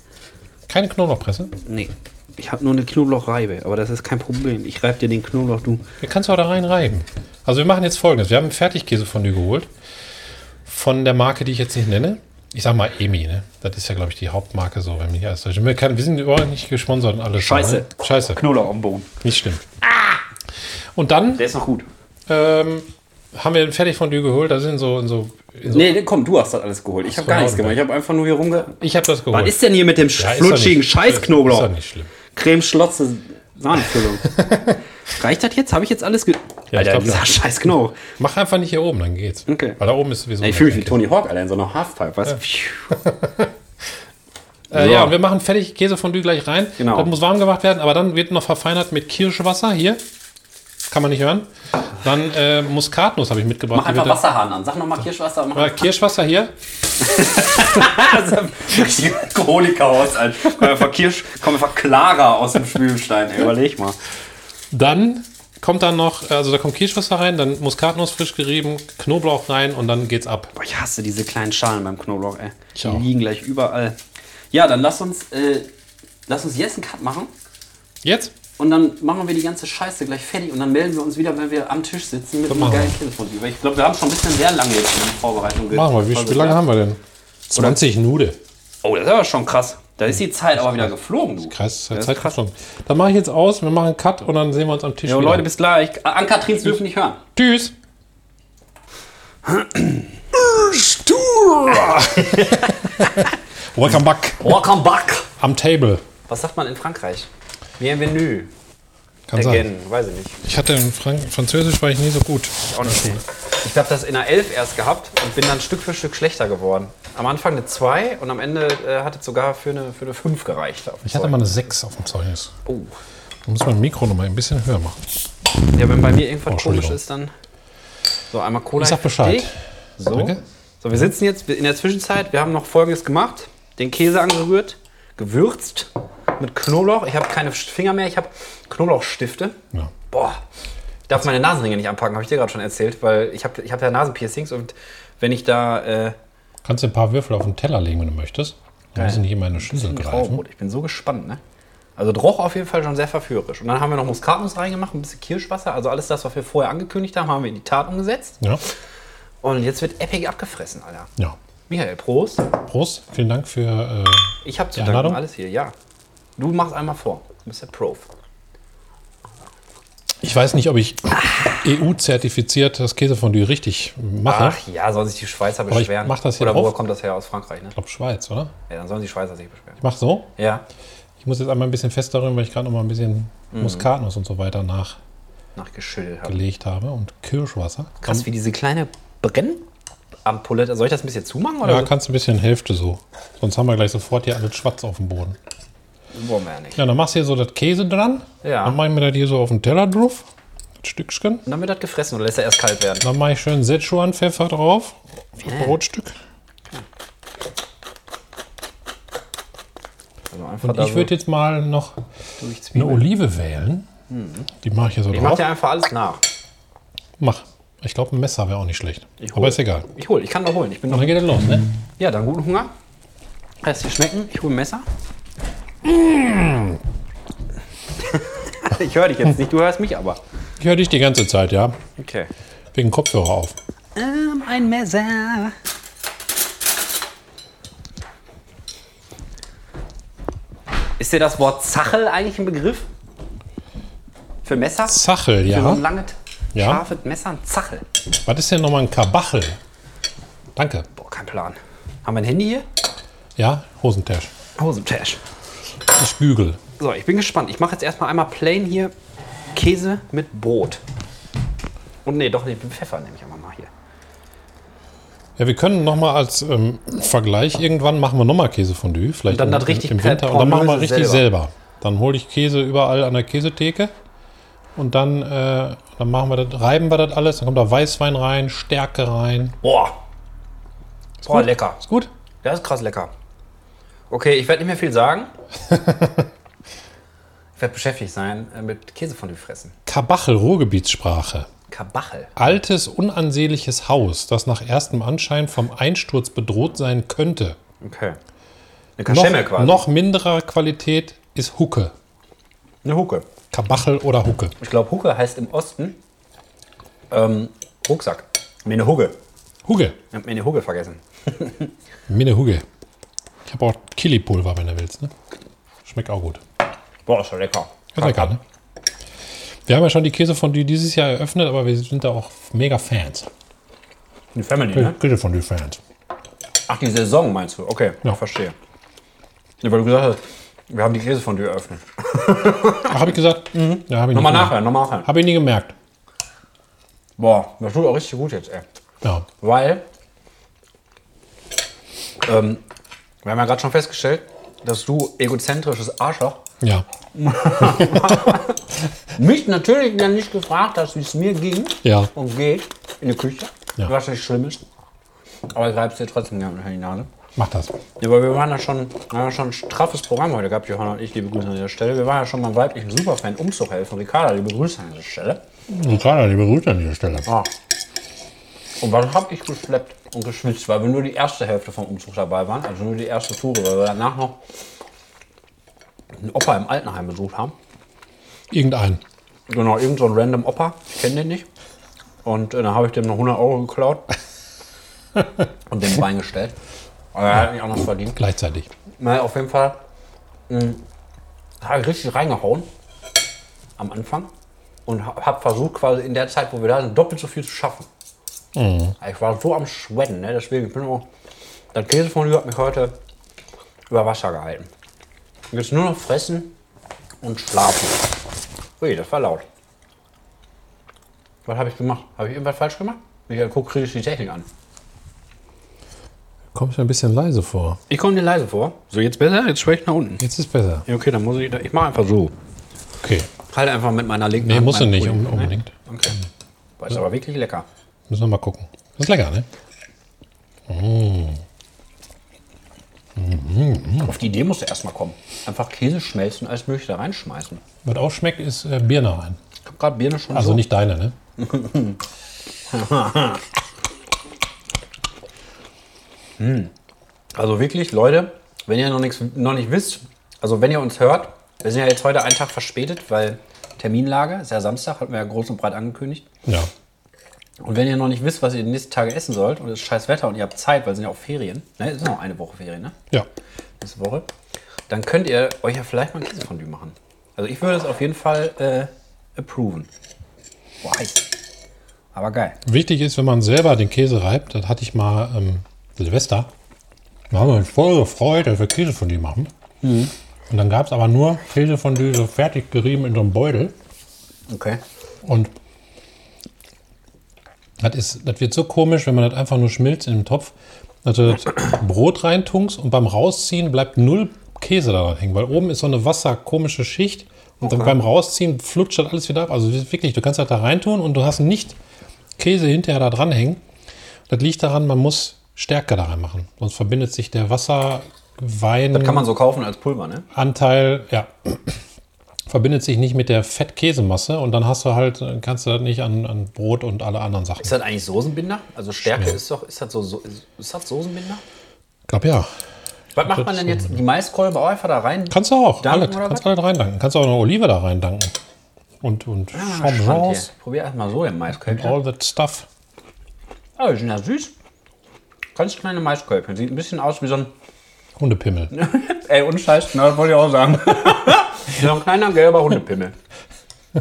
Speaker 1: Keine Knoblauchpresse.
Speaker 3: Nee. Ich habe nur eine Knoblauchreibe, aber das ist kein Problem. Ich reibe dir den Knoblauch, du.
Speaker 1: Wir kannst du auch da reinreiben. Also wir machen jetzt folgendes. Wir haben einen Fertigkäsefondue geholt. Von der Marke, die ich jetzt nicht nenne. Ich sag mal Emi, ne? Das ist ja, glaube ich, die Hauptmarke so, wenn ich alles täusche. wir, kein- wir sind überhaupt nicht gesponsert und alles.
Speaker 3: Scheiße.
Speaker 1: Ne? Scheiße.
Speaker 3: Knoblauch am Boden.
Speaker 1: Nicht stimmt. Und dann
Speaker 3: Der ist noch gut.
Speaker 1: ähm, haben wir ein Fertigfondue geholt. Da sind so, in so, in so
Speaker 3: Nee, komm, du Also hast das alles geholt. Ich habe gar nichts gemacht. Ich habe einfach nur hier rumge...
Speaker 1: ich habe das geholt.
Speaker 3: Was ist denn hier mit dem sch-
Speaker 1: Ja, ist doch
Speaker 3: flutschigen
Speaker 1: nicht- Ist
Speaker 3: Scheißknoblauch?
Speaker 1: doch nicht schlimm.
Speaker 3: Creme Schlotze Sahnefüllung. Reicht das jetzt? Habe ich jetzt alles ge.
Speaker 1: Ja, ich
Speaker 3: Alter,
Speaker 1: glaub,
Speaker 3: dieser
Speaker 1: ja.
Speaker 3: scheiß Knoblauch.
Speaker 1: Mach einfach nicht hier oben, dann geht's.
Speaker 3: Okay.
Speaker 1: Weil da oben ist sowieso.
Speaker 3: Ey, ich fühle mich wie Tony Hawk, Alter, in so einer Halfpipe, weißt du? Pfiuh.
Speaker 1: Äh,
Speaker 3: So.
Speaker 1: Ja, und wir machen fertig Käsefondue gleich rein.
Speaker 3: Genau.
Speaker 1: Das muss warm gemacht werden, aber dann wird noch verfeinert mit Kirschwasser hier. Kann man nicht hören. Dann äh, Muskatnuss habe ich mitgebracht.
Speaker 3: Mach
Speaker 1: Die
Speaker 3: einfach
Speaker 1: wird
Speaker 3: Wasserhahn an. Sag nochmal Kirschwasser.
Speaker 1: dann-
Speaker 3: Mach
Speaker 1: Äh, Kirschwasser hier.
Speaker 3: also, richtig Alkoholiker aus, Alter. Komm einfach Kirsch, komm einfach Clara aus dem Spülstein, ey. Überleg mal.
Speaker 1: Dann kommt dann noch, also da kommt Kirschwasser rein, dann Muskatnuss frisch gerieben, Knoblauch rein und dann geht's ab.
Speaker 3: Boah, ich hasse diese kleinen Schalen beim Knoblauch, ey. Die
Speaker 1: auch.
Speaker 3: liegen gleich überall. Ja, dann lass uns, äh, lass uns jetzt einen Cut machen.
Speaker 1: Jetzt?
Speaker 3: Und dann machen wir die ganze Scheiße gleich fertig und dann melden wir uns wieder, wenn wir am Tisch sitzen mit einem
Speaker 1: machen
Speaker 3: geilen Telefon. Weil ich glaube, wir haben schon ein bisschen sehr lange jetzt in der Vorbereitung ge-
Speaker 1: Machen wir. Wie, wie lange haben wir denn? 20 Nude.
Speaker 3: Oh, das ist aber schon krass. Da ist die Zeit aber wieder geflogen, du.
Speaker 1: Kreis,
Speaker 3: Das ist
Speaker 1: Zeit
Speaker 3: krass.
Speaker 1: geflogen. Dann mache ich jetzt aus, wir machen einen Cut und dann sehen wir uns am Tisch.
Speaker 3: Jo,
Speaker 1: wieder.
Speaker 3: Leute, bis gleich. An Katrins dürfen nicht hören.
Speaker 1: Tschüss. Welcome back.
Speaker 3: Welcome back.
Speaker 1: Am Table.
Speaker 3: Was sagt man in Frankreich? Bienvenue.
Speaker 1: Kann sein.
Speaker 3: weiß ich nicht.
Speaker 1: Ich hatte in Frank Französisch war ich nie so gut.
Speaker 3: Auch nicht viel. Ich habe das in der 11 erst gehabt und bin dann Stück für Stück schlechter geworden. Am Anfang eine 2 und am Ende äh, hat es sogar für eine, für eine 5 gereicht.
Speaker 1: Ich hatte mal eine 6 auf dem Zeugnis.
Speaker 3: Oh.
Speaker 1: Ich muss mein Mikro noch mal ein bisschen höher machen.
Speaker 3: Ja, wenn bei mir irgendwas
Speaker 1: Oh, Entschuldigung.
Speaker 3: komisch ist, dann. So, einmal Cola.
Speaker 1: Ich sag Bescheid.
Speaker 3: heftig. So.
Speaker 1: Danke.
Speaker 3: so, wir sitzen jetzt in der Zwischenzeit. Wir haben noch Folgendes gemacht: den Käse angerührt, gewürzt mit Knoblauch. Ich habe keine Finger mehr, ich habe Knoblauchstifte.
Speaker 1: Ja.
Speaker 3: Boah, ich darf meine Nasenringe nicht anpacken, habe ich dir gerade schon erzählt, weil ich habe ich hab ja Nasenpiercings und wenn ich da. Äh,
Speaker 1: Kannst du ein paar Würfel auf den Teller legen, wenn du möchtest. Dann müssen die in meine Schüssel greifen.
Speaker 3: Graubrot, Oh, ich bin so gespannt, ne? Also Droch auf jeden Fall schon sehr verführerisch. Und dann haben wir noch Muskatnuss reingemacht, ein bisschen Kirschwasser. Also alles das, was wir vorher angekündigt haben, haben wir in die Tat umgesetzt.
Speaker 1: Ja.
Speaker 3: Und jetzt wird epic abgefressen, Alter.
Speaker 1: ja.
Speaker 3: Michael, Prost.
Speaker 1: Prost. Vielen Dank für. Äh,
Speaker 3: Ich habe zu
Speaker 1: Die
Speaker 3: danken,
Speaker 1: Einladung?
Speaker 3: alles hier, ja. Du machst einmal vor. Du bist der Prof.
Speaker 1: ich weiß nicht, ob ich EU-zertifiziert das Käsefondue richtig mache.
Speaker 3: Ach ja, sollen sich die Schweizer
Speaker 1: ich
Speaker 3: beschweren.
Speaker 1: mach das hier
Speaker 3: Oder woher
Speaker 1: drauf.
Speaker 3: kommt das her? Aus Frankreich, ne?
Speaker 1: Ich glaube Schweiz, oder?
Speaker 3: Ja, dann sollen die Schweizer sich beschweren.
Speaker 1: Ich mache so.
Speaker 3: Ja,
Speaker 1: Ich muss jetzt einmal ein bisschen fest darüber, weil ich gerade noch mal ein bisschen Muskatnuss und so weiter nachgelegt
Speaker 3: nach Geschüttelt haben.
Speaker 1: habe und Kirschwasser.
Speaker 3: Krass, wie diese kleine Brennampulle. Soll ich das ein bisschen zumachen? Oder
Speaker 1: Ja,
Speaker 3: so?
Speaker 1: kannst du ein bisschen Hälfte so. Sonst haben wir gleich sofort hier alles schwarz auf dem Boden.
Speaker 3: Wollen wir ja nicht.
Speaker 1: Ja, dann machst du hier so das Käse dran.
Speaker 3: Ja.
Speaker 1: Dann mach ich mir das hier so auf den Teller drauf. Das Stückchen.
Speaker 3: Und dann wird das gefressen oder lässt er erst kalt werden?
Speaker 1: Dann mache ich schön Szechuan-Pfeffer drauf. Auf
Speaker 3: Äh.
Speaker 1: das Brotstück.
Speaker 3: Also einfach
Speaker 1: Und
Speaker 3: da
Speaker 1: ich
Speaker 3: so
Speaker 1: würde jetzt mal noch
Speaker 3: durch
Speaker 1: eine
Speaker 3: Zwiebeln. Mhm.
Speaker 1: Olive wählen. Die mache ich hier so
Speaker 3: Ich mach
Speaker 1: drauf.
Speaker 3: dir einfach alles nach.
Speaker 1: Mach. Ich glaube, ein Messer wäre auch nicht schlecht.
Speaker 3: Ich hol.
Speaker 1: Aber ist egal.
Speaker 3: Ich hol, ich kann noch holen. Ich bin
Speaker 1: Und
Speaker 3: noch.
Speaker 1: dann geht es los, ne?
Speaker 3: Ja, dann guten Hunger. Lass dir schmecken. Ich hole ein Messer. ich höre dich jetzt nicht, du hörst mich aber.
Speaker 1: Ich höre dich die ganze Zeit, ja.
Speaker 3: Okay.
Speaker 1: Wegen Kopfhörer auf.
Speaker 3: Ähm, ein Messer. Ist dir das Wort Zachel eigentlich ein Begriff? Für Messer? Für
Speaker 1: Zachel,
Speaker 3: so
Speaker 1: ja.
Speaker 3: ein langes,
Speaker 1: Ja.
Speaker 3: scharfes Messer, ein Zachel.
Speaker 1: Was ist denn nochmal ein Kabachel? Danke.
Speaker 3: Boah, kein Plan. Haben wir ein Handy hier?
Speaker 1: Ja, Hosentasch.
Speaker 3: Hosentasch.
Speaker 1: Ich bügel.
Speaker 3: So, ich bin gespannt. Ich mache jetzt erstmal einmal plain hier Käse mit Brot. Und nee, doch nicht, mit Pfeffer nehme ich einfach mal hier.
Speaker 1: Ja, wir können nochmal als ähm, Vergleich irgendwann machen wir nochmal Käsefondue. Vielleicht
Speaker 3: dann
Speaker 1: im-
Speaker 3: das richtig
Speaker 1: im Winter.
Speaker 3: per-
Speaker 1: Und dann machen wir
Speaker 3: pornöse
Speaker 1: richtig selber. Dann hole ich Käse überall an der Käsetheke. Und dann, äh, dann machen wir das, reiben wir das alles. Dann kommt da Weißwein rein, Stärke rein.
Speaker 3: Boah. Boah, lecker.
Speaker 1: Ist gut?
Speaker 3: Das ist krass lecker. Okay, ich werde nicht mehr viel sagen. ich werde beschäftigt sein äh, mit Käsefondue fressen.
Speaker 1: Kabachel, Ruhrgebietssprache.
Speaker 3: Kabachel.
Speaker 1: Altes, unansehnliches Haus, das nach erstem Anschein vom Einsturz bedroht sein könnte.
Speaker 3: Okay. Eine Kaschemme
Speaker 1: Noch,
Speaker 3: quasi.
Speaker 1: noch minderer Qualität ist Hucke.
Speaker 3: eine Hucke.
Speaker 1: Kabachel oder Hucke.
Speaker 3: Ich glaube, Hucke heißt im Osten ähm, Rucksack. Mir eine Hucke.
Speaker 1: Hucke.
Speaker 3: Ich habe mir eine Hucke vergessen.
Speaker 1: Mine Huge. Ich habe auch Chili-Pulver, wenn du willst. Ne? Schmeckt auch gut.
Speaker 3: Boah, ist ja lecker.
Speaker 1: Ist lecker, ne? Wir haben ja schon die Käsefondue dieses Jahr eröffnet, aber wir sind da auch mega Fans.
Speaker 3: Die Family,
Speaker 1: Hm.
Speaker 3: ne?
Speaker 1: Käsefondue-Fans.
Speaker 3: Ach, die Saison meinst du? Okay,
Speaker 1: Ja.
Speaker 3: ich verstehe. Ja, weil du gesagt hast, wir haben die Käsefondue eröffnet.
Speaker 1: Ach, habe ich gesagt? Mhm. Ja, habe ich
Speaker 3: Nochmal
Speaker 1: nicht
Speaker 3: nachhören, nochmal nachhören.
Speaker 1: Habe ich nie gemerkt.
Speaker 3: Boah, das tut auch richtig gut jetzt, ey.
Speaker 1: Ja.
Speaker 3: Weil, ähm, wir haben ja gerade schon festgestellt, dass du egozentrisches Arschloch
Speaker 1: Ja.
Speaker 3: mich natürlich dann nicht gefragt hast, wie es mir ging
Speaker 1: Ja.
Speaker 3: und geht in die Küche.
Speaker 1: Ja.
Speaker 3: Was nicht schlimm ist. Aber ich reib's dir trotzdem gerne unter die Nase.
Speaker 1: Mach das.
Speaker 3: Ja, aber wir waren ja schon, wir haben ja schon ein straffes Programm heute gehabt, Johanna und ich, liebe Grüße an dieser Stelle. Wir waren ja schon beim weiblichen Superfan Umzughelfen. Ricarda, liebe Grüße an dieser Stelle.
Speaker 1: Ricarda, liebe Grüße an dieser Stelle.
Speaker 3: Ah. Und was hab ich geschleppt und geschwitzt, weil wir nur die erste Hälfte vom Umzug dabei waren, also nur die erste Tour, weil wir danach noch einen Opa im Altenheim besucht haben.
Speaker 1: Irgendein.
Speaker 3: Genau, irgend so ein random Opa, ich kenne den nicht. Und äh, dann habe ich dem noch 100 Euro geklaut und dem reingestellt. Aber er hat mich auch noch verdient.
Speaker 1: Gleichzeitig.
Speaker 3: Na, auf jeden Fall mh, habe ich richtig reingehauen am Anfang und habe versucht, quasi in der Zeit, wo wir da sind, doppelt so viel zu schaffen. Ich war so am Schweden, ne? deswegen ich bin auch. Das Käsefondue hat mich heute über Wasser gehalten. Jetzt nur noch fressen und schlafen. Ui, das war laut. Was habe ich gemacht? Habe ich irgendwas falsch gemacht? Michael, guck kritisch die Technik an.
Speaker 1: Kommst du ein bisschen leise vor.
Speaker 3: Ich komme dir leise vor. So, jetzt besser? Jetzt schwäche ich nach unten.
Speaker 1: Jetzt ist besser.
Speaker 3: Ja, okay, dann muss ich. Da, ich mache einfach so.
Speaker 1: okay.
Speaker 3: Halt einfach mit meiner linken
Speaker 1: Nee,
Speaker 3: Hand.
Speaker 1: musst du
Speaker 3: meinen
Speaker 1: nicht
Speaker 3: Pulli.
Speaker 1: un- unbedingt.
Speaker 3: Okay. Boah, ist aber wirklich lecker.
Speaker 1: Müssen wir mal gucken. Das ist lecker, ne?
Speaker 3: Auf die Idee musst du erstmal kommen. Einfach Käse schmelzen als Milch da reinschmeißen.
Speaker 1: Was auch schmeckt, ist äh, Birne rein.
Speaker 3: Ich hab gerade Birne schon
Speaker 1: Also
Speaker 3: so.
Speaker 1: nicht deine, ne?
Speaker 3: Also wirklich, Leute, wenn ihr noch, nichts, noch nicht wisst, also wenn ihr uns hört, wir sind ja jetzt heute einen Tag verspätet, weil Terminlage, ist ja Samstag, hatten wir ja groß und breit angekündigt.
Speaker 1: Ja.
Speaker 3: Und wenn ihr noch nicht wisst, was ihr die nächsten Tage essen sollt und es ist scheiß Wetter und ihr habt Zeit, weil es sind ja auch Ferien, ne, es ist noch eine Woche Ferien, ne,
Speaker 1: Ja.
Speaker 3: nächste Woche, dann könnt ihr euch ja vielleicht mal ein Käsefondue machen. Also ich würde es auf jeden Fall äh, approven. Boah, heiß. Aber geil.
Speaker 1: Wichtig ist, wenn man selber den Käse reibt, das hatte ich mal ähm, Silvester. Da haben wir uns voll gefreut, dass wir Käse von dir machen. Und dann gab es aber nur Käse von dir so fertig gerieben in so einem Beutel.
Speaker 3: Okay.
Speaker 1: Und das, ist, das wird so komisch, wenn man das einfach nur schmilzt in dem Topf, dass du das Brot reintunkst und beim Rausziehen bleibt null Käse daran hängen, weil oben ist so eine wasserkomische Schicht und dann beim Rausziehen flutscht das alles wieder ab. Also das ist wirklich, du kannst das da reintun und du hast nicht Käse hinterher da dranhängen. Das liegt daran, man muss Stärke da rein machen, sonst verbindet sich der
Speaker 3: Kann
Speaker 1: Wasserwein
Speaker 3: man so kaufen als Pulver, ne?
Speaker 1: Anteil, ja, verbindet sich nicht mit der Fettkäsemasse und dann hast du halt, kannst du das nicht an, an Brot und alle anderen Sachen.
Speaker 3: Ist das eigentlich Soßenbinder? Also Stärke ist doch, ist das so, so ist, ist das Soßenbinder?
Speaker 1: Ich glaube ja.
Speaker 3: Was macht man denn jetzt? Die Maiskolbe auch einfach da rein?
Speaker 1: Kannst du auch.
Speaker 3: Danken
Speaker 1: Alle,
Speaker 3: oder
Speaker 1: kannst alle rein danken. Kannst auch eine Olive da rein danken. Und, und
Speaker 3: Ah,
Speaker 1: Champignons
Speaker 3: Probier erstmal so den
Speaker 1: und
Speaker 3: Maiskolben.
Speaker 1: all that stuff.
Speaker 3: Oh, die sind ja süß. Ganz kleine Maiskolben. Sieht ein bisschen aus wie so ein.
Speaker 1: Hundepimmel.
Speaker 3: Ey, und Scheiß, na, das wollte ich auch sagen. so ein kleiner gelber Hundepimmel.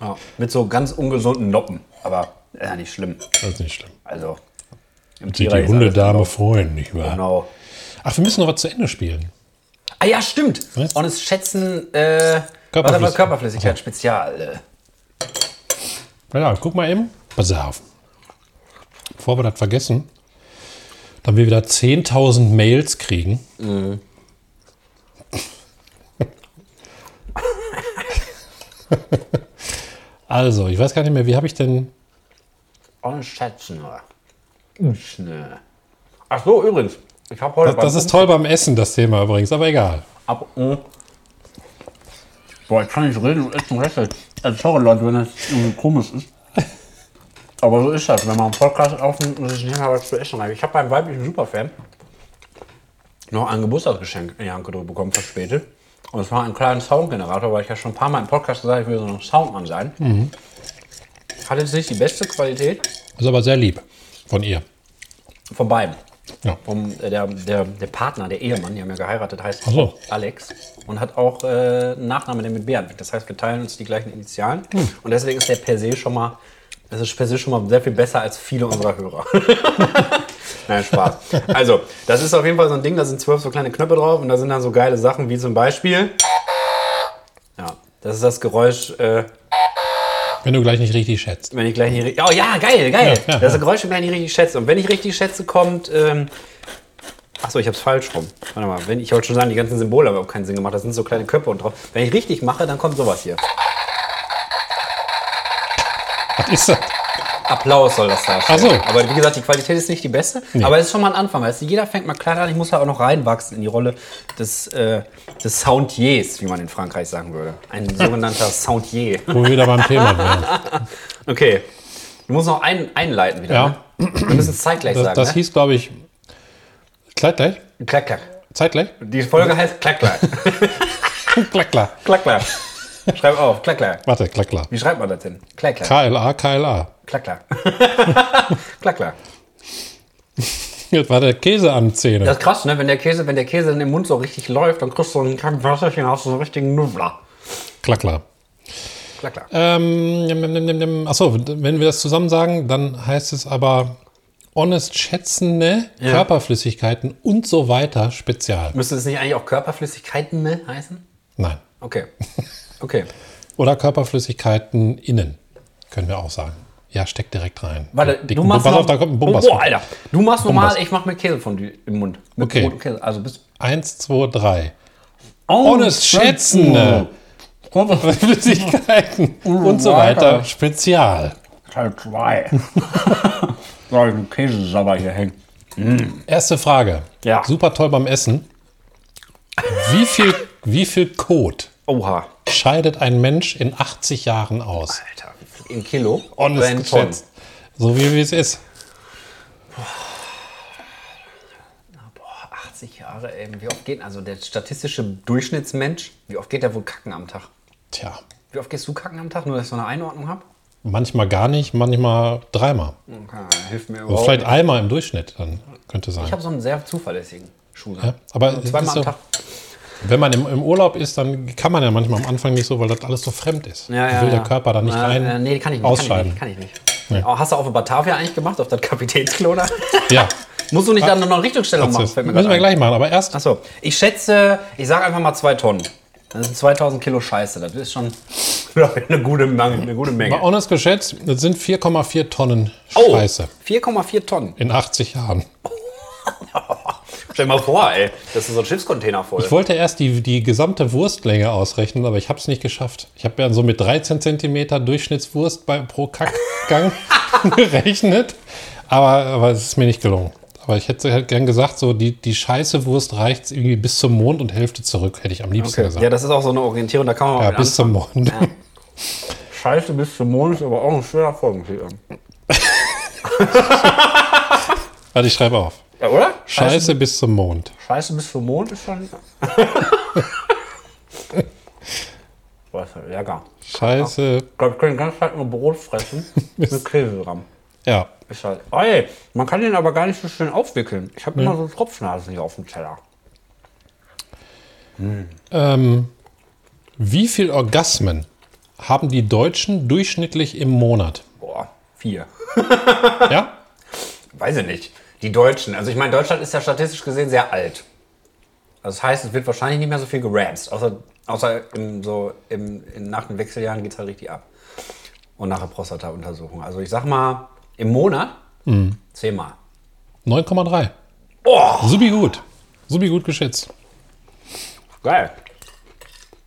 Speaker 3: Ja, mit so ganz ungesunden Noppen. Aber ist ja nicht schlimm.
Speaker 1: Das ist nicht schlimm.
Speaker 3: Also. Im
Speaker 1: Sich
Speaker 3: Tierreich
Speaker 1: die
Speaker 3: ist alles
Speaker 1: Hundedame freuen, nicht wahr?
Speaker 3: Genau.
Speaker 1: Ach, wir müssen noch was zu Ende spielen.
Speaker 3: Ah ja, stimmt.
Speaker 1: Was?
Speaker 3: Und es schätzen äh, Körperflüssigkeit,
Speaker 1: Körperflüssigkeit.
Speaker 3: Körperflüssigkeit Spezial. Äh.
Speaker 1: Na Ja, guck mal eben. Pass auf. Bevor wir das vergessen, dann wir wieder 10.000 Mails kriegen. also, ich weiß gar nicht mehr, wie habe ich denn.
Speaker 3: Und schätzen wir. Schnell. Ach so, übrigens. Ich habe heute.
Speaker 1: Das, das
Speaker 3: beim
Speaker 1: ist toll beim Essen, das Thema übrigens, aber egal.
Speaker 3: Ab oh. Boah, ich kann nicht reden und essen rechnet. Also, sorry, Leute, wenn das irgendwie komisch ist. Aber so ist das, wenn man einen Podcast aufnimmt und sich nicht mehr was zu essen hat. Ich habe beim weiblichen Superfan noch ein Geburtstagsgeschenk in die Hand gedrückt bekommen, verspätet. Und es war ein kleiner Soundgenerator, weil ich ja schon ein paar Mal im Podcast gesagt habe, ich will so ein Soundmann sein.
Speaker 1: Mhm.
Speaker 3: Hat jetzt nicht die beste Qualität
Speaker 1: Ist aber sehr lieb von ihr.
Speaker 3: von beiden.
Speaker 1: Ja.
Speaker 3: Vom, äh, der, der, der Partner, der Ehemann, die haben ja geheiratet, heißt
Speaker 1: Ach so.
Speaker 3: Alex und hat auch äh, einen Nachnamen, der mit B anfängt. Das heißt, wir teilen uns die gleichen Initialen
Speaker 1: Hm.
Speaker 3: und deswegen ist der per se schon mal, das ist per se schon mal sehr viel besser als viele unserer Hörer. Nein, Spaß. Also, das ist auf jeden Fall so ein Ding, da sind zwölf so kleine Knöpfe drauf und da sind dann so geile Sachen wie zum Beispiel. Ja, das ist das Geräusch. Äh,
Speaker 1: Wenn du gleich nicht richtig schätzt.
Speaker 3: wenn ich gleich nicht richtig. Oh ja, geil, geil.
Speaker 1: Ja, ja,
Speaker 3: das ist
Speaker 1: ja.
Speaker 3: ein Geräusch, wenn ich nicht richtig schätze. Und wenn ich richtig schätze, kommt. Ähm, Achso, ich hab's falsch rum. Warte mal, wenn, ich wollte schon sagen, die ganzen Symbole haben überhaupt keinen Sinn gemacht. Da sind so kleine Köpfe und drauf. Wenn ich richtig mache, dann kommt sowas hier.
Speaker 1: Was ist das?
Speaker 3: Applaus soll das sein.
Speaker 1: Ach so.
Speaker 3: Aber wie gesagt, die Qualität ist nicht die beste. Aber es ist schon mal ein Anfang. Weißt du, jeder fängt mal klein an. Ich muss ja auch noch reinwachsen in die Rolle des, äh, des Soundiers, wie man in Frankreich sagen würde. Ein sogenannter Soundier.
Speaker 1: Wo wir wieder beim Thema wären.
Speaker 3: Okay. Du musst noch ein, einleiten wieder.
Speaker 1: Ja.
Speaker 3: Ne? Wir müssen es zeitgleich
Speaker 1: Das,
Speaker 3: sagen.
Speaker 1: das
Speaker 3: ne?
Speaker 1: hieß, glaube ich, zeitgleich.
Speaker 3: Klack, klack.
Speaker 1: Zeitgleich?
Speaker 3: Die Folge heißt Klackler.
Speaker 1: Klackler.
Speaker 3: Klackler. Schreib auf, Klackler.
Speaker 1: Warte, Klackler.
Speaker 3: Wie schreibt man das denn? Klackler.
Speaker 1: KLA, KLA.
Speaker 3: Klackler. Klackler.
Speaker 1: Jetzt war der Käse an Zähne.
Speaker 3: Das ist krass, ne? Wenn der Käse, wenn der Käse in den Mund so richtig läuft, dann kriegst du so einen kleinen Wasserchen, hast du so einen richtigen Nuffler.
Speaker 1: Klackler.
Speaker 3: Klackler.
Speaker 1: Ähm, nimm, nimm, nimm, nimm. Achso, wenn wir das zusammen sagen, dann heißt es aber honest schätzende Körperflüssigkeiten und so weiter spezial.
Speaker 3: Müsste es nicht eigentlich auch Körperflüssigkeiten ne, heißen?
Speaker 1: Nein.
Speaker 3: Okay. Okay.
Speaker 1: Oder Körperflüssigkeiten innen, können wir auch sagen. Ja, steck direkt rein.
Speaker 3: Warte,
Speaker 1: Den
Speaker 3: du
Speaker 1: dicken
Speaker 3: machst
Speaker 1: Pass auf,
Speaker 3: noch-
Speaker 1: da kommt ein Bombas.
Speaker 3: Oh, Alter. Du machst normal,
Speaker 1: Bombas.
Speaker 3: ich mach mir Käsefondue im Mund. Mit
Speaker 1: Okay.
Speaker 3: Brot und Käse. Also bis.
Speaker 1: Eins, zwei, drei.
Speaker 3: Oh,
Speaker 1: Honest schätzende Flüssigkeiten und so
Speaker 2: weiter.
Speaker 1: weiter. Spezial.
Speaker 2: Teil 2. Da ich einen Käsesammer hier hängen.
Speaker 1: Erste Frage.
Speaker 2: Ja.
Speaker 1: Super toll beim Essen. Wie viel, wie viel Kot
Speaker 3: Oha.
Speaker 1: scheidet ein Mensch in 80 Jahren aus?
Speaker 3: Alter. In Kilo?
Speaker 1: Honest
Speaker 3: Wenn schon.
Speaker 1: geschätzt. So wie wie es ist.
Speaker 3: 80 Jahre, ey. Wie oft geht also der statistische Durchschnittsmensch, wie oft geht der wohl kacken am Tag?
Speaker 1: Tja,
Speaker 3: Wie oft gehst du kacken am Tag? Nur, dass ich so eine Einordnung habe?
Speaker 1: manchmal gar nicht, manchmal dreimal.
Speaker 3: Okay, hilft mir
Speaker 1: Aber
Speaker 3: überhaupt
Speaker 1: vielleicht
Speaker 3: nicht.
Speaker 1: einmal im Durchschnitt, dann könnte sein.
Speaker 3: Oh. Ich habe so einen sehr zuverlässigen Schuler.
Speaker 1: Ja, aber es
Speaker 3: Zweimal
Speaker 1: ist
Speaker 3: am
Speaker 1: so-
Speaker 3: Tag.
Speaker 1: Wenn man im, im Urlaub ist, dann kann man ja manchmal am Anfang nicht so, weil das alles so fremd ist. Will der Körper da nicht
Speaker 3: Na,
Speaker 1: rein
Speaker 3: äh, nee, kann ich nicht.
Speaker 1: ausscheiden.
Speaker 3: Kann ich nicht. Kann ich nicht. Oh, hast du auf Batavia eigentlich gemacht, auf das Kapitänsklo da?
Speaker 1: Ja.
Speaker 3: Musst du nicht dann noch eine Richtungsstellung machen?
Speaker 1: Das
Speaker 3: fällt mir
Speaker 1: müssen
Speaker 3: grad
Speaker 1: wir
Speaker 3: ein.
Speaker 1: gleich machen, aber erst
Speaker 3: Achso, ich schätze, ich sage einfach mal zwei Tonnen. Das sind 2000 Kilo Scheiße. Das ist schon glaub ich, eine gute Menge. Eine gute
Speaker 1: mal
Speaker 3: Menge.
Speaker 1: honest geschätzt, das sind 4,4 Tonnen
Speaker 3: Oh,
Speaker 1: Scheiße
Speaker 3: 4,4 Tonnen.
Speaker 1: in 80 Jahren.
Speaker 3: Stell dir mal vor, ey, das ist so ein Schiffscontainer voll.
Speaker 1: Ich wollte erst die, die gesamte Wurstlänge ausrechnen, aber ich habe es nicht geschafft. Ich habe ja so mit 13 cm Durchschnittswurst bei, pro Kackgang gerechnet, aber, aber es ist mir nicht gelungen. Aber ich hätte halt gern gesagt, so die, die scheiße Wurst reicht irgendwie bis zum Mond und Hälfte zurück, hätte ich am liebsten
Speaker 3: Okay.
Speaker 1: gesagt.
Speaker 3: Ja, das ist auch so eine Orientierung, da kann man mal
Speaker 1: Ja,
Speaker 3: mit
Speaker 1: bis zum Mond.
Speaker 2: Scheiße bis zum Mond ist aber auch ein schöner Folgentitel.
Speaker 1: Warte, ich schreibe auf.
Speaker 3: anfangen. ja, oder?
Speaker 1: Scheiße bis zum Mond.
Speaker 2: Scheiße bis zum Mond ist schon. Boah, ist das lecker.
Speaker 1: Scheiße.
Speaker 2: Ich glaube, ich kann den ganzen Tag nur Brot fressen mit Käsegramm.
Speaker 1: Ja.
Speaker 2: Ist halt. Oh, ey, man kann den aber gar nicht so schön aufwickeln. Ich habe immer so Tropfnasen hier auf dem Teller.
Speaker 1: Ähm, wie viel Orgasmen haben die Deutschen durchschnittlich im Monat?
Speaker 3: Boah, vier.
Speaker 1: Ja?
Speaker 3: Weiß ich nicht. Die Deutschen. Also ich meine, Deutschland ist ja statistisch gesehen sehr alt. Also das heißt, es wird wahrscheinlich nicht mehr so viel geramst. Außer, außer im, so im, in, nach den Wechseljahren geht es halt richtig ab. Und nach der Prostata-Untersuchung. Also ich sag mal, im Monat zehnmal.
Speaker 1: 9,3.
Speaker 3: Oh,
Speaker 1: Subi gut. Subi gut geschätzt.
Speaker 3: geil.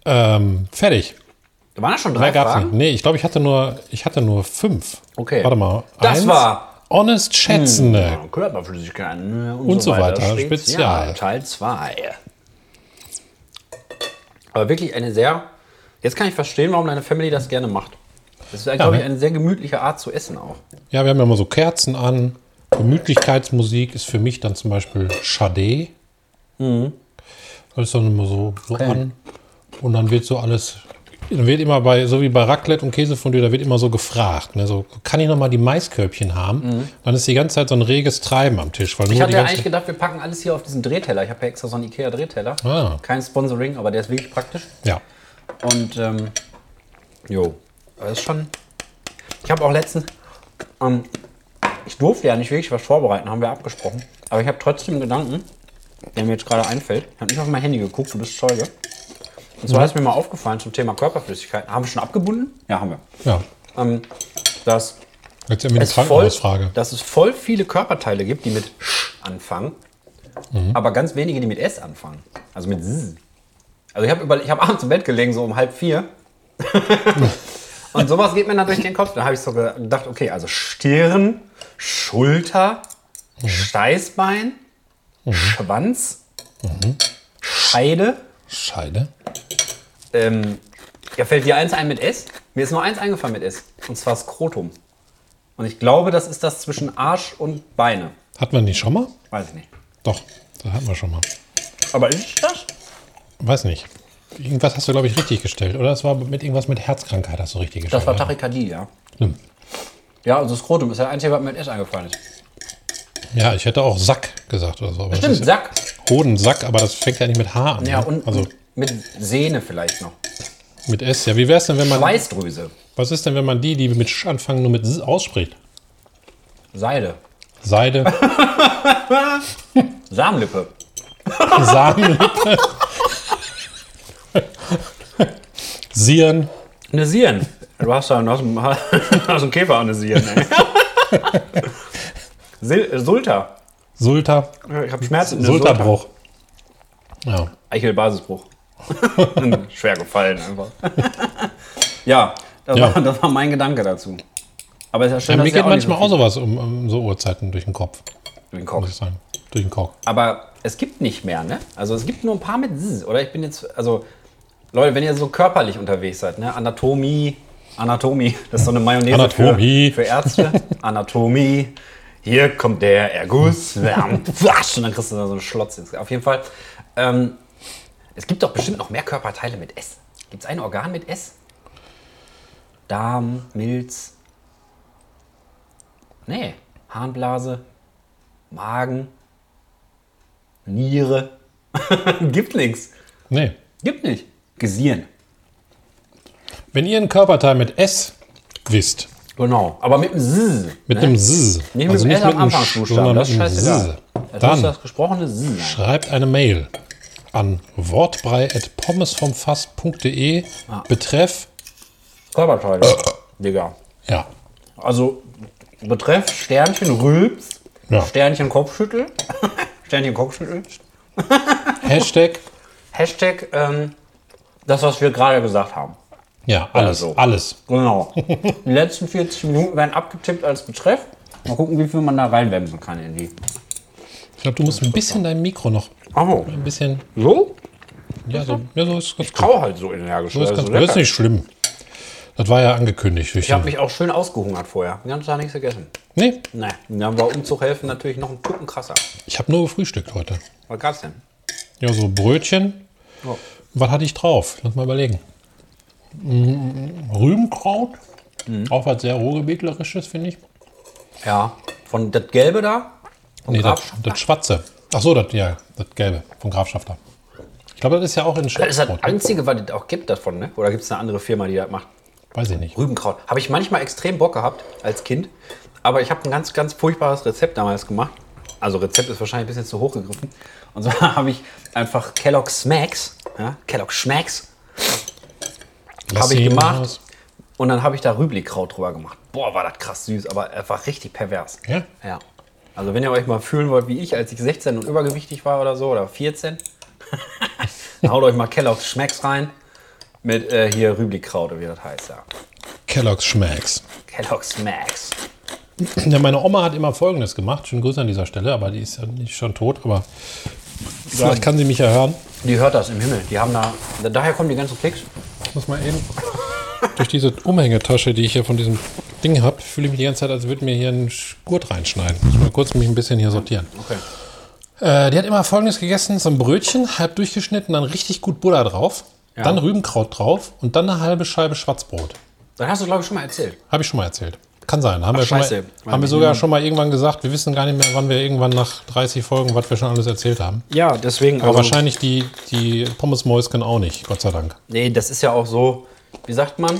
Speaker 1: Ähm, fertig.
Speaker 3: Da waren ja schon drei
Speaker 1: Mehr gab's nicht.
Speaker 3: Fragen.
Speaker 1: Nee, ich glaube, ich hatte nur, ich hatte nur fünf.
Speaker 3: Okay.
Speaker 1: Warte mal.
Speaker 3: Das war- Hm.
Speaker 1: Honest Schätzende.
Speaker 3: Ja, Körperflüssigkeit ne, und,
Speaker 1: Und so weiter. Spezial.
Speaker 3: Teil 2. Aber wirklich eine sehr. Jetzt kann ich verstehen, warum deine Family das gerne macht. Das ist, glaube ich,
Speaker 1: ne?
Speaker 3: eine sehr gemütliche Art zu essen auch.
Speaker 1: Ja, wir haben ja immer so Kerzen an. Gemütlichkeitsmusik ist für mich dann zum Beispiel Chade.
Speaker 3: Hm.
Speaker 1: Das ist dann immer so, so an. Und dann wird so alles, dann wird immer bei, so wie bei Raclette und Käsefondue, da wird immer so gefragt. Ne? So, kann ich nochmal die Maiskörbchen haben? Dann ist die ganze Zeit so ein reges Treiben am Tisch. Weil
Speaker 3: Hm. Ich
Speaker 1: nur die
Speaker 3: hatte ja
Speaker 1: ganze
Speaker 3: eigentlich gedacht, wir packen alles hier auf diesen Drehteller. Ich habe ja extra so einen Ikea-Drehteller.
Speaker 1: Ah.
Speaker 3: Kein Sponsoring, aber der ist wirklich praktisch.
Speaker 1: ja.
Speaker 3: Und ähm, jo, aber das ist schon. Ich habe auch letztens. Ähm, ich durfte ja nicht wirklich was vorbereiten, haben wir abgesprochen. Aber ich habe trotzdem einen Gedanken, der mir jetzt gerade einfällt. Ich habe nicht auf mein Handy geguckt, du bist Zeuge. Und zwar ist mir mal aufgefallen zum Thema Körperflüssigkeit. Haben wir schon abgebunden? Ja, haben wir.
Speaker 1: ja.
Speaker 3: Ähm, dass
Speaker 1: Jetzt irgendwie eine
Speaker 3: es voll,
Speaker 1: Krankenhausfrage.
Speaker 3: dass es voll viele Körperteile gibt, die mit Sch anfangen, aber ganz wenige, die mit S anfangen. Also mit Z. Also ich habe ich hab abends im Bett gelegen, so um halb vier. Und sowas geht mir dann durch den Kopf. Da habe ich so gedacht, okay, also Stirn, Schulter, Steißbein,
Speaker 1: Mhm.
Speaker 3: Schwanz, Scheide.
Speaker 1: Scheide.
Speaker 3: Ähm, ja, fällt dir eins ein mit S? Mir ist nur eins eingefallen mit S. Und zwar Skrotum. Und ich glaube, das ist das zwischen Arsch und Beine.
Speaker 1: Hatten wir die schon mal?
Speaker 3: Weiß ich nicht.
Speaker 1: Doch, das hatten wir schon mal.
Speaker 2: Aber ist das?
Speaker 1: Weiß nicht. Irgendwas hast du, glaube ich, richtig gestellt, oder? Es war mit irgendwas mit Herzkrankheit, hast du richtig gestellt.
Speaker 3: Das war
Speaker 1: ne?
Speaker 3: Tachykardie, ja.
Speaker 1: Hm.
Speaker 3: Ja, also Skrotum ist der einzige, was mir mit S eingefallen ist.
Speaker 1: ne? Ja, ich hätte auch Sack gesagt oder so. Aber das
Speaker 3: Stimmt,
Speaker 1: ist
Speaker 3: Sack.
Speaker 1: Hodensack, aber das fängt ja nicht mit H an.
Speaker 3: Ja,
Speaker 1: ne?
Speaker 3: und
Speaker 1: also
Speaker 3: mit Sehne vielleicht noch.
Speaker 1: mit S. Ja, wie wär's denn, wenn man.
Speaker 3: Schweißdrüse.
Speaker 1: Was ist denn, wenn man die, die mit Sch anfangen, nur mit S ausspricht?
Speaker 3: Seide.
Speaker 1: Seide,
Speaker 3: Samenlippe.
Speaker 1: Samen, Sieren.
Speaker 3: Eine Sieren. Du hast da aus dem, aus dem Käfer eine Sieren. ey. Sil- Sulta.
Speaker 1: Sulta,
Speaker 3: Ich habe Schmerzen. in der
Speaker 1: Sultabruch. Ja.
Speaker 3: Eichel-Basisbruch. Hm,
Speaker 2: Schwer gefallen einfach.
Speaker 3: Ja, das,
Speaker 1: Ja.
Speaker 3: War, das war mein Gedanke dazu. Aber es ist ja schön,
Speaker 1: Ja, mir
Speaker 3: dass ihr
Speaker 1: geht
Speaker 3: auch nicht
Speaker 1: manchmal
Speaker 3: so
Speaker 1: auch sowas um, um so Uhrzeiten durch den Kopf,
Speaker 3: viel im
Speaker 1: muss
Speaker 3: Kopf.
Speaker 1: ich sagen. Durch den Kopf.
Speaker 3: Aber es gibt nicht mehr, ne? Also es gibt nur ein paar mit Zzz, oder? Ich bin jetzt, also Leute, wenn ihr so körperlich unterwegs seid, ne? Anatomie, Anatomie, das ist so eine Mayonnaise
Speaker 1: Anatomie.
Speaker 3: Für, für Ärzte. Anatomie, hier kommt der Erguss, wärmt, wasch, und dann kriegst du da so einen Schlotz. ins- Auf jeden Fall. Ähm, es gibt doch bestimmt noch mehr Körperteile mit S. Gibt es ein Organ mit S? Darm, Milz, nee, Harnblase, Magen, Niere. Gibt nichts.
Speaker 1: Nee.
Speaker 3: Gibt nicht. Gesieren.
Speaker 1: Wenn ihr einen Körperteil mit S wisst,
Speaker 3: Genau. Aber mit einem S. Ne?
Speaker 1: mit einem S,
Speaker 3: Nicht mit dem L am
Speaker 1: Sch-
Speaker 3: Anfangsbuchstaben.
Speaker 1: sondern
Speaker 3: Das
Speaker 1: mit
Speaker 3: ist
Speaker 1: einem S,
Speaker 3: scheißegal. Das muss
Speaker 1: dann
Speaker 3: das gesprochene S sein.
Speaker 1: schreibt eine Mail an wortbrei.pommesvomfass.de betreff,
Speaker 3: Körperteile. Digga.
Speaker 1: ja,
Speaker 3: Also, betreff Sternchen Rülps,
Speaker 1: Ja.
Speaker 3: Sternchen Kopfschüttel, Sternchen Kopfschüttel,
Speaker 1: Hashtag,
Speaker 3: Hashtag, ähm, das, was wir gerade gesagt haben.
Speaker 1: ja, alles,
Speaker 3: so.
Speaker 1: alles.
Speaker 3: Genau. Die letzten 40 Minuten werden abgetippt als Betreff. Mal gucken, wie viel man da reinwemsen kann in die.
Speaker 1: Ich glaube, du musst ein bisschen dein Mikro noch,
Speaker 2: Oh,
Speaker 1: ein bisschen,
Speaker 2: so?
Speaker 1: ja, so, ja, so ist ganz gut.
Speaker 2: Kau halt so energisch.
Speaker 1: So ist
Speaker 2: das
Speaker 1: ganz
Speaker 2: ist
Speaker 1: gut. Das ist
Speaker 2: lecker.
Speaker 1: nicht schlimm. Das war ja angekündigt. Durch
Speaker 3: Also Ich habe
Speaker 1: den-
Speaker 3: mich auch schön ausgehungert vorher. Den ganzen Tag nichts gegessen.
Speaker 1: nee,
Speaker 3: Nee, dann war Umzug helfen natürlich noch ein Tucken krasser.
Speaker 1: ich habe nur gefrühstückt heute.
Speaker 3: Was gab's denn?
Speaker 1: Ja, so Brötchen.
Speaker 3: Oh.
Speaker 1: Was hatte ich drauf? Lass mal überlegen. Mm, Rübenkraut.
Speaker 3: Mhm.
Speaker 1: Auch was sehr Ruhrgebietlerisches, finde ich.
Speaker 3: Ja, von das Gelbe da? Vom
Speaker 1: Nee, das,
Speaker 3: Grabsch-
Speaker 1: das Schwarze. Ach so, das, ja, das Gelbe vom Grafschafter. Ich glaube, das ist ja auch in
Speaker 3: das ist das
Speaker 1: Schwarzbrot. ne?
Speaker 3: Einzige, was es auch gibt davon, ne? Oder gibt es eine andere Firma, die das macht?
Speaker 1: Weiß ich nicht.
Speaker 3: Rübenkraut. Habe ich manchmal extrem Bock gehabt als Kind. Aber ich habe ein ganz, ganz furchtbares Rezept damals gemacht. Also Rezept ist wahrscheinlich ein bisschen zu hoch gegriffen. Und zwar habe ich einfach Kellogg's Smacks, ja, Kellogg's Schmacks
Speaker 1: Lass
Speaker 3: ich
Speaker 1: jeden
Speaker 3: gemacht.
Speaker 1: raus.
Speaker 3: Und dann habe ich da Rüblikraut drüber gemacht. Boah, war das krass süß, aber einfach richtig pervers.
Speaker 1: Ja?
Speaker 3: Ja. Also wenn ihr euch mal fühlen wollt wie ich, als ich 16 und übergewichtig war oder so, oder 14, dann haut euch mal Kellogg's Schmecks rein mit äh, hier Rüblikraut, oder wie das heißt, ja.
Speaker 1: Kellogg's Schmacks.
Speaker 3: Kellogg's Smacks.
Speaker 1: Ja, meine Oma hat immer Folgendes gemacht. Schönen Grüße an dieser Stelle, aber die ist ja nicht schon tot, aber vielleicht kann sie mich ja hören.
Speaker 3: Die hört das im Himmel. Die haben da, da daher kommen die ganzen Klicks.
Speaker 1: Ich muss mal eben durch diese Umhängetasche, die ich hier von diesem Ding habe, fühle ich mich die ganze Zeit, als würde mir hier ein Gurt reinschneiden. Ich muss mal kurz mich ein bisschen hier sortieren.
Speaker 3: Okay.
Speaker 1: Äh, die hat immer Folgendes gegessen: so ein Brötchen, halb durchgeschnitten, dann richtig gut Butter drauf, dann Rübenkraut drauf und dann eine halbe Scheibe Schwarzbrot.
Speaker 3: Dann hast du glaube ich schon mal erzählt.
Speaker 1: Habe ich schon mal erzählt. Kann sein. Haben, wir, schon
Speaker 3: scheiße.
Speaker 1: mal, haben wir sogar schon mal irgendwann gesagt, wir wissen gar nicht mehr, wann wir irgendwann nach 30 Folgen, was wir schon alles erzählt haben.
Speaker 3: Ja, deswegen. also-
Speaker 1: Aber wahrscheinlich die, die Pommes-Mäuschen auch nicht, Gott sei Dank.
Speaker 3: Nee, das ist ja auch so, wie sagt man,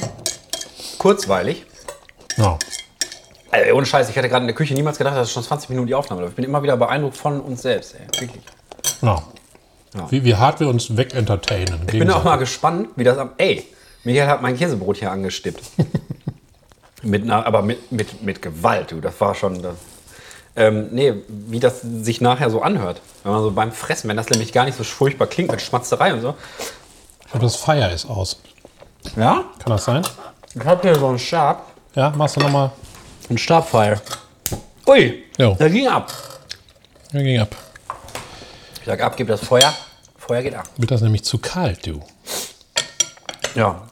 Speaker 3: kurzweilig.
Speaker 1: Ja.
Speaker 3: Ey, ohne Scheiß, ich hätte gerade in der Küche niemals gedacht, dass schon 20 Minuten die Aufnahme läuft. Ich bin immer wieder beeindruckt von uns selbst. Ey. Wirklich.
Speaker 1: Ja. Wie, wie hart wir uns wegentertainen.
Speaker 3: Ich bin auch mal gespannt, wie das am. Ey, Michael hat mein Käsebrot hier angestippt. mit einer, aber mit, mit, mit Gewalt, du. Das war schon. Das, ähm, nee, wie das sich nachher so anhört. Wenn man so beim Fressen, wenn das nämlich gar nicht so furchtbar klingt mit Schmatzerei und so.
Speaker 1: Ich glaube, das Feier ist aus.
Speaker 3: Ja?
Speaker 1: Kann das sein?
Speaker 2: Ich hab hier so einen Stab.
Speaker 1: Ja, machst du nochmal.
Speaker 3: Ein Stabfeuer. Ui,
Speaker 1: Jo.
Speaker 3: da ging ab.
Speaker 1: Ja, ging ab.
Speaker 3: Ich sag ab, gib das Feuer. Feuer geht ab.
Speaker 1: Wird das nämlich zu kalt, du.
Speaker 3: Ja.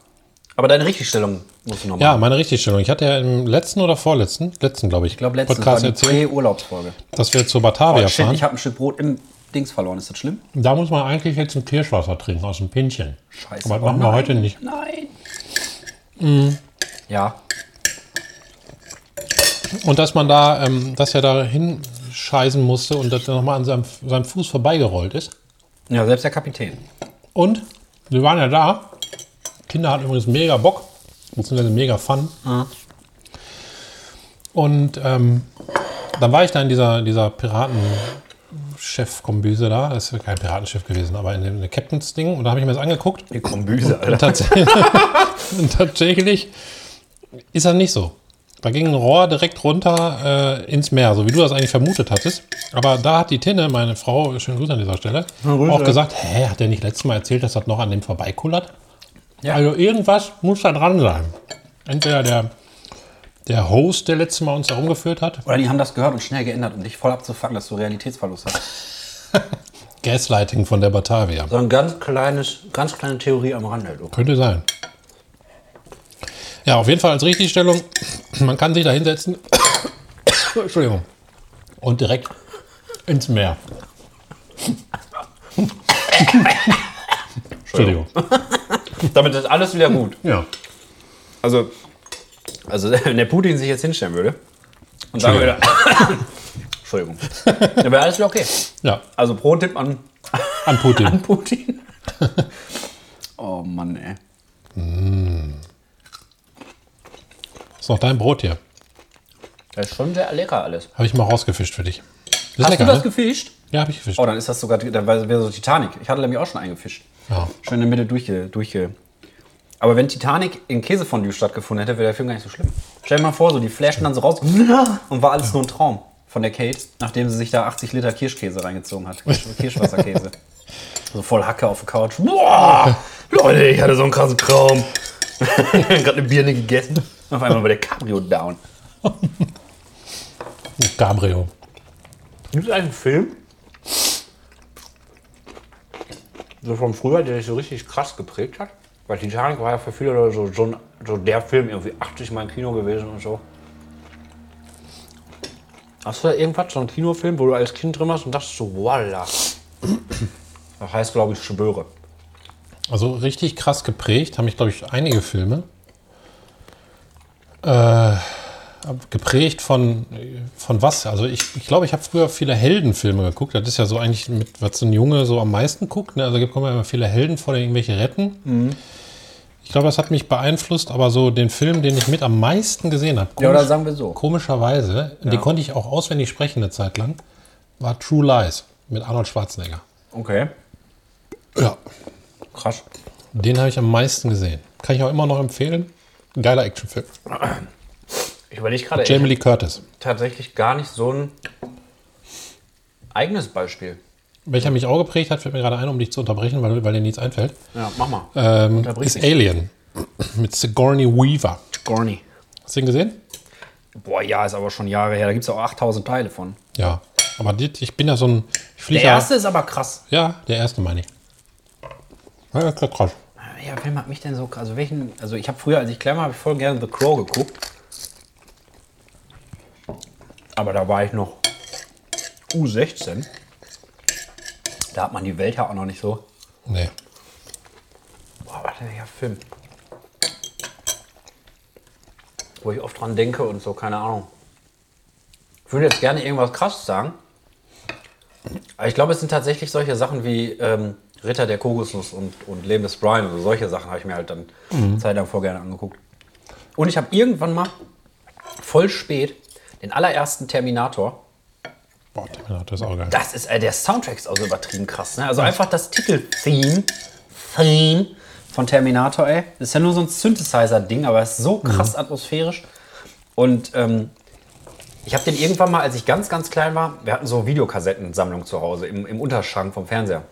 Speaker 3: Aber deine Richtigstellung musst du nochmal.
Speaker 1: Ja, meine Richtigstellung. Ich hatte ja im letzten oder vorletzten, letzten glaube ich,
Speaker 3: Ich glaube, letztens
Speaker 1: Podcast
Speaker 3: war die
Speaker 1: erzählt,
Speaker 3: Prä-Urlaubsfolge.
Speaker 1: dass wir zur Batavia
Speaker 3: Oh, Shit,
Speaker 1: fahren.
Speaker 3: ich habe ein Stück Brot im Dings verloren. Ist das schlimm?
Speaker 1: Da muss man eigentlich jetzt ein Kirschwasser trinken aus dem Pinchen.
Speaker 3: Scheiße.
Speaker 1: Aber das machen wir heute nicht.
Speaker 3: Nein. Ja.
Speaker 1: Und dass man da, ähm, dass er da hinscheißen musste und dass er nochmal an seinem, seinem Fuß vorbeigerollt ist.
Speaker 3: Ja, selbst der Kapitän.
Speaker 1: Und wir waren ja da. Kinder hatten übrigens mega Bock, beziehungsweise mega Fun. Und ähm, dann war ich da in dieser, dieser Piratenchef-Kombüse da. Das ist ja kein Piratenschiff gewesen, aber in dem in dem Captains-Ding. Und da habe ich mir das angeguckt.
Speaker 3: Die Kombüse,
Speaker 1: Und tatsächlich, und tatsächlich ist das nicht so. Da ging ein Rohr direkt runter äh, ins Meer, so wie du das eigentlich vermutet hattest. Aber da hat die Tinne, meine Frau, schönen Gruß an dieser Stelle,
Speaker 2: Grüße.
Speaker 1: auch gesagt, hä, hat der nicht letztes Mal erzählt, dass das noch an dem vorbeikullert? Also irgendwas muss da dran sein. Entweder der, der Host, der letztes Mal uns herumgeführt hat,
Speaker 3: Oder die haben das gehört und schnell geändert, um dich voll abzufangen, dass du Realitätsverlust hast.
Speaker 1: Gaslighting von der Batavia.
Speaker 2: So ein ganz kleines, ganz kleine Theorie am Rande. Du.
Speaker 1: Könnte sein. Ja, auf jeden Fall als Richtigstellung. Man kann sich da hinsetzen. Entschuldigung. Und direkt ins Meer. Entschuldigung.
Speaker 2: Damit ist alles wieder gut.
Speaker 1: Ja.
Speaker 2: Hm. Also, also wenn der Putin sich jetzt hinstellen würde und sagen würde, Entschuldigung, dann wäre alles wieder okay.
Speaker 1: Ja,
Speaker 2: Also pro Tipp an,
Speaker 1: an Putin.
Speaker 2: an Putin.
Speaker 3: Oh Mann, ey.
Speaker 1: Ist noch dein Brot hier.
Speaker 2: Das ist schon sehr lecker alles.
Speaker 1: Habe ich mal rausgefischt für dich. Ist
Speaker 3: Hast
Speaker 1: lecker,
Speaker 3: du das
Speaker 1: ne?
Speaker 3: gefischt?
Speaker 1: Ja, habe ich gefischt.
Speaker 3: Oh, dann ist das sogar, dann wäre so Titanic. Ich hatte nämlich auch schon eingefischt.
Speaker 1: Ja.
Speaker 3: Schön in der Mitte durchge, durchge. Aber wenn Titanic in Käsefondue stattgefunden hätte, wäre der Film gar nicht so schlimm. Stell dir mal vor, so die flashen dann so raus und war alles nur ein Traum von der Kate, nachdem sie sich da 80 Liter Kirschkäse reingezogen hat. Kirsch, Kirschwasserkäse. So voll Hacke auf der Couch. Boah, Leute, ich hatte so einen krassen Traum. Gerade eine Birne gegessen. Und auf einmal war der Cabrio down.
Speaker 1: Cabrio.
Speaker 2: Gibt es einen Film? So von früher, der dich so richtig krass geprägt hat? Weil Titanic war ja für viele Leute so, so, ein- so der Film, irgendwie 80 Mal im Kino gewesen und so. Hast du da irgendwas, so einen Kinofilm, wo du als Kind drin warst und dachtest so, voila. Das heißt, glaube ich, Schwöre.
Speaker 1: Also richtig krass geprägt haben mich, glaube ich, einige Filme. Äh, geprägt von, von was? Also ich glaube, ich, glaube, ich habe früher viele Heldenfilme geguckt. Das ist ja so eigentlich, mit, was so ein Junge so am meisten guckt. Ne? Also da kommen ja immer viele Helden vor, die irgendwelche retten.
Speaker 3: Mhm.
Speaker 1: Ich glaube, das hat mich beeinflusst, aber so den Film, den ich mit am meisten gesehen habe,
Speaker 3: Ja, oder
Speaker 1: komisch-
Speaker 3: sagen wir so.
Speaker 1: komischerweise, den konnte ich auch auswendig sprechen eine Zeit lang, war True Lies mit Arnold Schwarzenegger.
Speaker 3: Okay,
Speaker 1: Ja,
Speaker 3: krass.
Speaker 1: den habe ich am meisten gesehen. Kann ich auch immer noch empfehlen. Ein Geiler Actionfilm.
Speaker 2: Ich überlege gerade, ich
Speaker 1: Jamie
Speaker 2: habe
Speaker 1: Lee Curtis.
Speaker 2: tatsächlich gar nicht so ein eigenes Beispiel.
Speaker 1: Welcher mich auch geprägt hat, fällt mir gerade ein, um dich zu unterbrechen, weil, weil dir nichts einfällt,
Speaker 2: Ja, mach mal. Äh.
Speaker 1: ähm,
Speaker 2: Unterbrich
Speaker 1: ist
Speaker 2: mich.
Speaker 1: Alien mit Sigourney Weaver.
Speaker 3: Gorny.
Speaker 1: Hast du den gesehen?
Speaker 3: Boah, ja, ist aber schon Jahre her. Da gibt es auch 8000 Teile von.
Speaker 1: Ja. Aber die, ich bin ja so ein... Ich fliege
Speaker 3: Der
Speaker 1: ja-
Speaker 3: erste ist aber krass.
Speaker 1: Ja, der erste meine ich. Ja, das ist ja krass.
Speaker 3: Welcher Film hat mich denn so Also welchen. Also ich habe früher, als ich klein war, habe ich voll gerne The Crow geguckt. Aber da war ich noch U16. Da hat man die Welt ja auch noch nicht so.
Speaker 1: Nee.
Speaker 2: Boah, war der ja Film. Wo ich oft dran denke und so, keine Ahnung. Ich würde jetzt gerne irgendwas krasses sagen. Aber ich glaube, es sind tatsächlich solche Sachen wie ähm, Ritter der Kokosnuss und, und Leben des Brian oder solche Sachen habe ich mir halt dann
Speaker 3: Mhm.
Speaker 2: Zeit lang vor gerne angeguckt. Und ich habe irgendwann mal voll spät den allerersten Terminator
Speaker 1: Boah, Terminator ist auch geil.
Speaker 2: das ist, äh, der Soundtrack ist auch so übertrieben krass. Ne? Also einfach das Titel-Theme Theme
Speaker 3: Von Terminator, ey. Das ist ja nur so ein Synthesizer-Ding, aber ist so krass atmosphärisch. Und ähm, ich habe den irgendwann mal, als ich ganz, ganz klein war, wir hatten so Videokassettensammlung zu Hause im, im Unterschrank vom Fernseher.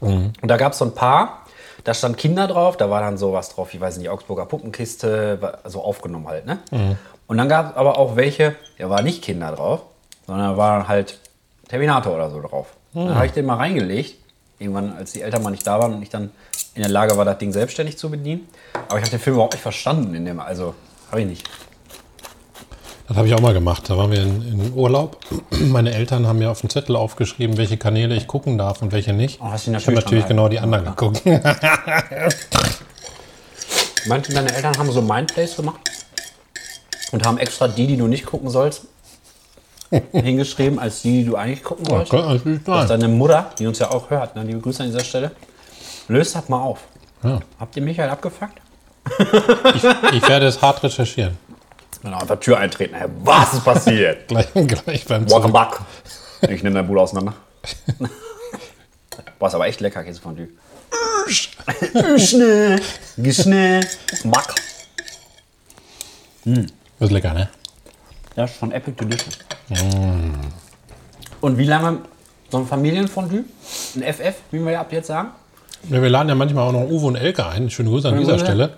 Speaker 3: Und da gab es so ein paar, da stand Kinder drauf, da war dann sowas drauf, ich weiß nicht, Augsburger Puppenkiste, wa- so aufgenommen halt, ne? Und dann gab es aber auch welche, da war nicht Kinder drauf, sondern da war halt Terminator oder so drauf. Dann habe ich den mal reingelegt, irgendwann, als die Eltern mal nicht da waren und ich dann in der Lage war, das Ding selbstständig zu bedienen. Aber ich habe den Film überhaupt nicht verstanden in dem, also habe ich nicht.
Speaker 1: Das habe ich auch mal gemacht. Da waren wir in, in Urlaub. Meine Eltern haben mir auf den Zettel aufgeschrieben, welche Kanäle ich gucken darf und welche nicht.
Speaker 3: Oh, hast du
Speaker 1: ich habe
Speaker 3: natürlich
Speaker 1: natürlich
Speaker 3: dran
Speaker 1: genau die anderen geguckt.
Speaker 2: Manche deine Eltern haben so Mindplays gemacht.
Speaker 3: Und haben extra die, die du nicht gucken sollst, hingeschrieben, als die, die du eigentlich gucken
Speaker 1: Ja,
Speaker 3: wolltest.
Speaker 1: kann natürlich
Speaker 3: Dass
Speaker 1: sein.
Speaker 3: deine Mutter, die uns ja auch hört, ne, liebe Grüße an dieser Stelle, löst das mal auf.
Speaker 1: Ja.
Speaker 3: Habt ihr Michael abgefuckt?
Speaker 1: Ich werde es hart recherchieren.
Speaker 3: Genau, auf der Tür eintreten. Hey, was ist passiert?
Speaker 1: Gleich, gleich beim
Speaker 3: Walk
Speaker 1: Zurück.
Speaker 3: and back. Ich nehme dein Bruder auseinander. Boah, ist aber echt lecker, Käsefondue. ne. Schnell, geschnell, Mack.
Speaker 1: Ist lecker, ne?
Speaker 3: Das ist von Epic to Disney.
Speaker 1: Mm.
Speaker 3: Und wie lange so ein Familienfondue, ein FF, wie wir ja ab jetzt sagen,
Speaker 1: Ja, wir laden ja manchmal auch noch Uwe und Elke ein. Schöne Grüße an dieser
Speaker 3: Grüße.
Speaker 1: Stelle.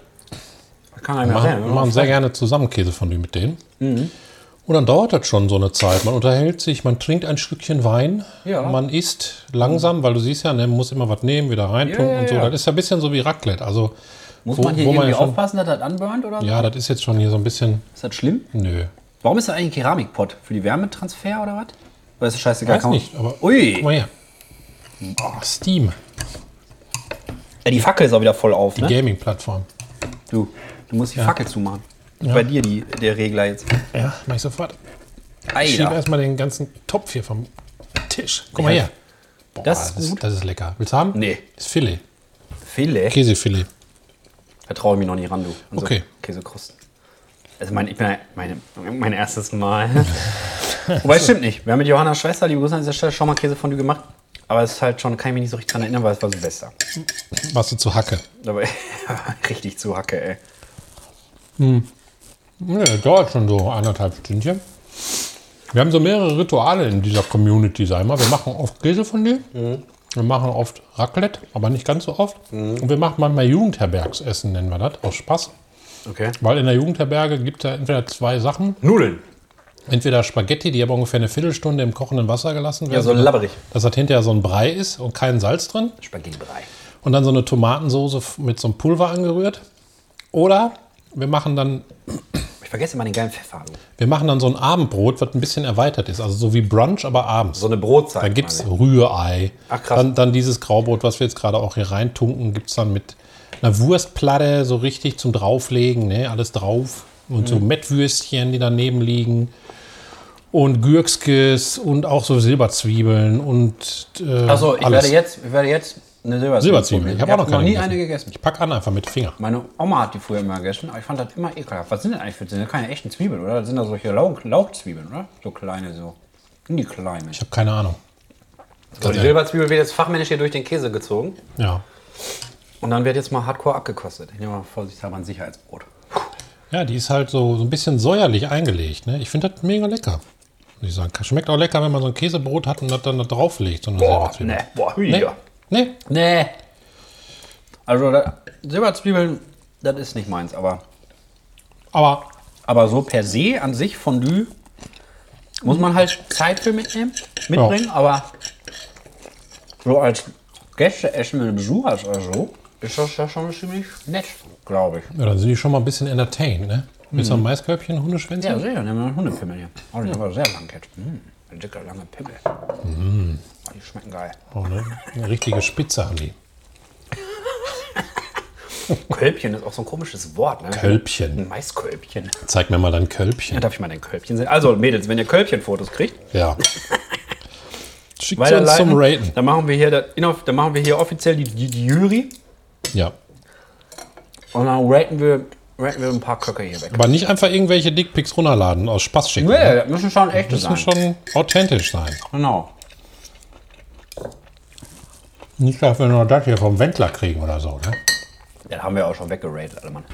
Speaker 3: das kann einem ja ne? Mhm.
Speaker 1: Machen,
Speaker 3: sein.
Speaker 1: machen sehr gerne zusammen Käsefondue mit denen. Und dann dauert das schon so eine Zeit. Man unterhält sich, man trinkt ein Stückchen Wein,
Speaker 3: Ja.
Speaker 1: man isst langsam, weil du siehst ja, ne, man muss immer was nehmen, wieder reintunken
Speaker 3: ja,
Speaker 1: und so.
Speaker 3: ja.
Speaker 1: Das ist ja ein bisschen so wie Raclette. Also,
Speaker 3: Muss man hier
Speaker 1: ja
Speaker 3: irgendwie
Speaker 1: schon,
Speaker 3: aufpassen, dass das anburnt oder so?
Speaker 1: Ja, das ist jetzt schon hier so ein bisschen.
Speaker 3: Ist das schlimm?
Speaker 1: Nö.
Speaker 3: Warum ist das eigentlich ein Keramikpott? Für die Wärmetransfer oder was? Oder ist das scheißegal?
Speaker 1: Weiß
Speaker 3: kann man-
Speaker 1: nicht, aber.
Speaker 3: Ui!
Speaker 1: Guck mal her. Oh, Steam,
Speaker 3: Ja, die Fackel ist auch wieder voll auf, ne?
Speaker 1: Gaming-Plattform.
Speaker 3: Du, du musst die Fackel zumachen. Bei dir die, der Regler jetzt.
Speaker 1: Ja, mach ich sofort. Ich schiebe
Speaker 3: Alter.
Speaker 1: erstmal den ganzen Topf hier vom Tisch. Guck mal
Speaker 3: Ja.
Speaker 1: her. Boah,
Speaker 3: Das ist gut.
Speaker 1: das ist lecker. Willst du haben?
Speaker 3: Nee.
Speaker 1: Ist Filet.
Speaker 3: Filet.
Speaker 1: Käsefilet.
Speaker 3: Da traue ich mich noch nicht ran, du. An so
Speaker 1: Okay.
Speaker 3: Käsekrusten. Also mein, ich bin ja- meine, mein erstes Mal. Wobei, stimmt nicht. Wir haben mit Johanna Schwester, liebe Grüße an dieser Stelle, schon mal Käse von dir gemacht. Aber es ist halt schon, kann ich mich nicht so richtig dran erinnern, weil es war Silvester.
Speaker 1: Was du zu Hacke.
Speaker 3: Aber richtig zu Hacke, ey.
Speaker 1: Ja, das dauert schon so anderthalb Stündchen. Wir haben so mehrere Rituale in dieser Community, sag ich mal. Wir machen oft Käse von dir.
Speaker 3: Mhm.
Speaker 1: Wir machen oft Raclette, aber nicht ganz so oft. Und wir machen manchmal Jugendherbergsessen, nennen wir das, aus Spaß.
Speaker 3: Okay.
Speaker 1: Weil in der Jugendherberge gibt es ja entweder zwei Sachen.
Speaker 3: Nudeln.
Speaker 1: Entweder Spaghetti, die aber ungefähr eine Viertelstunde im kochenden Wasser gelassen werden.
Speaker 3: Ja, so labberig.
Speaker 1: Dass das hinterher so ein Brei ist und kein Salz drin.
Speaker 3: Spaghetti-Brei.
Speaker 1: Und dann so eine Tomatensoße f- mit so einem Pulver angerührt. Oder wir machen dann
Speaker 3: Ich vergesse immer den geilen Pfeffer. du.
Speaker 1: Wir machen dann so ein Abendbrot, was ein bisschen erweitert ist. Also so wie Brunch, aber abends.
Speaker 3: So eine Brotzeit.
Speaker 1: dann gibt es
Speaker 3: meine
Speaker 1: Rührei.
Speaker 3: Ach, krass.
Speaker 1: Dann, dann dieses Graubrot, was wir jetzt gerade auch hier reintunken, gibt es dann mit einer Wurstplatte so richtig zum Drauflegen. Ne? Alles drauf. Und so
Speaker 3: Mhm.
Speaker 1: Mettwürstchen, die daneben liegen. Und Gürkskes und auch so Silberzwiebeln und äh,
Speaker 3: ich. Achso, ich,
Speaker 1: alles.
Speaker 3: werde jetzt- ich werde jetzt eine Silberzwiebel.
Speaker 1: Silberzwiebeln.
Speaker 3: probieren.
Speaker 1: Ich habe auch noch
Speaker 3: hab
Speaker 1: keine
Speaker 3: nie eine gegessen.
Speaker 1: Ich packe an einfach mit Finger.
Speaker 3: Meine Oma hat die früher immer gegessen, aber ich fand das immer ekelhaft. Was sind denn eigentlich für das sind ja keine echten Zwiebeln, oder? Das sind da solche Lauch Lauchzwiebeln, oder? So kleine so. Sind die kleinen.
Speaker 1: Ich habe keine Ahnung. Äh,
Speaker 3: So, die Silberzwiebel wird jetzt fachmännisch hier durch den Käse gezogen.
Speaker 1: Ja.
Speaker 3: Und dann wird jetzt mal hardcore abgekostet. Ich nehme mal vorsichtshalber ein Sicherheitsbrot.
Speaker 1: Ja, die ist halt so, so ein bisschen säuerlich eingelegt. Ne? Ich finde das mega lecker. Muss ich sagen. Schmeckt auch lecker, wenn man so ein Käsebrot hat und das dann da drauflegt. So eine Silberzwiebel.
Speaker 3: boah, ne.
Speaker 1: Nee.
Speaker 3: nee.
Speaker 1: nee.
Speaker 3: nee. Also da, Silberzwiebeln, das ist nicht meins, aber,
Speaker 1: Aber
Speaker 3: aber so per se an sich Fondue muss man halt Zeit für mitnehmen, mitbringen, aber so als Gäste essen, wenn du Besuch hast oder so, ist das ja schon ziemlich nett, glaube ich.
Speaker 1: ja, dann sind die schon mal ein bisschen entertained. Ne? Willst du ein Maiskörbchen, Hundeschwänzchen?
Speaker 3: Ja, sicher, nehmen wir einen Hundepimmel hier. Oh, die sind aber sehr lang jetzt. Mm, ein dicker, langer Pimmel.
Speaker 1: Mhm.
Speaker 3: Oh, die schmecken geil.
Speaker 1: Oh, ne? Eine richtige Spitze haben die.
Speaker 3: Kölbchen ist auch so ein komisches Wort, ne? Ein
Speaker 1: Kölbchen.
Speaker 3: Maiskölbchen.
Speaker 1: Mhm. Zeig mir mal dein
Speaker 3: Ja,
Speaker 1: Kölbchen.
Speaker 3: darf ich mal dein Kölbchen sehen? Also, Mädels, wenn ihr Kölbchen-Fotos kriegt,
Speaker 1: Ja. Schickt sie uns
Speaker 3: weiterleiten,
Speaker 1: zum Raten.
Speaker 3: dann machen wir hier, das, inauf- dann machen wir hier offiziell die, die, die Jury
Speaker 1: Ja.
Speaker 3: und dann raten wir, raten wir ein paar Köcke hier weg.
Speaker 1: Aber nicht einfach irgendwelche Dickpics runterladen aus Spaß schicken.
Speaker 3: Nee,
Speaker 1: ne?
Speaker 3: das müssen schon echte
Speaker 1: Die müssen
Speaker 3: sein.
Speaker 1: schon authentisch sein.
Speaker 3: Genau.
Speaker 1: Nicht, dass wir nur das hier vom Wendler kriegen oder so. Ne?
Speaker 3: Ja, Das haben wir auch schon weggeratet, alle Mann.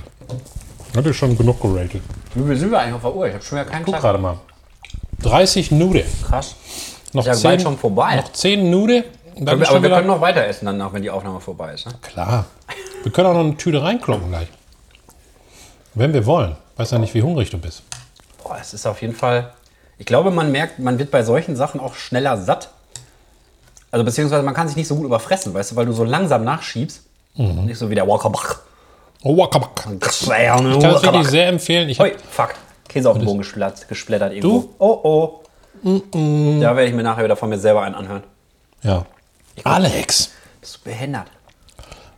Speaker 1: Das ist schon genug geratet.
Speaker 3: Wie viel sind wir eigentlich auf der Uhr? Ich habe schon wieder keinen
Speaker 1: Guck
Speaker 3: Tag.
Speaker 1: gerade mal. 30 Nude.
Speaker 3: Krass.
Speaker 1: Noch
Speaker 3: Ja,
Speaker 1: 10,
Speaker 3: bald schon vorbei.
Speaker 1: Noch 10 Nude. Dann
Speaker 3: Aber,
Speaker 1: ist schon
Speaker 3: aber wir
Speaker 1: wieder-
Speaker 3: können noch weiter essen danach, wenn die Aufnahme vorbei ist. Ne?
Speaker 1: Klar. Wir können auch noch eine Tüte reinkloppen gleich. Wenn wir wollen. Weiß ja nicht, wie hungrig du bist.
Speaker 3: Boah, es ist auf jeden Fall. Ich glaube, man merkt, man wird bei solchen Sachen auch schneller satt. Also beziehungsweise man kann sich nicht so gut überfressen, weißt du, weil du so langsam nachschiebst. Nicht so wie der Walkerbach.
Speaker 1: Oh, wakabak. Mhm. Ich kann es wirklich
Speaker 3: Walkerbach.
Speaker 1: sehr empfehlen. Ich
Speaker 3: Oi,
Speaker 1: hab,
Speaker 3: fuck. Käse auf den Boden geschplatt, gesplättert irgendwo. Oh oh. Da werde ich mir nachher wieder von mir selber einen anhören.
Speaker 1: ja. Alex,
Speaker 3: Bist du behindert?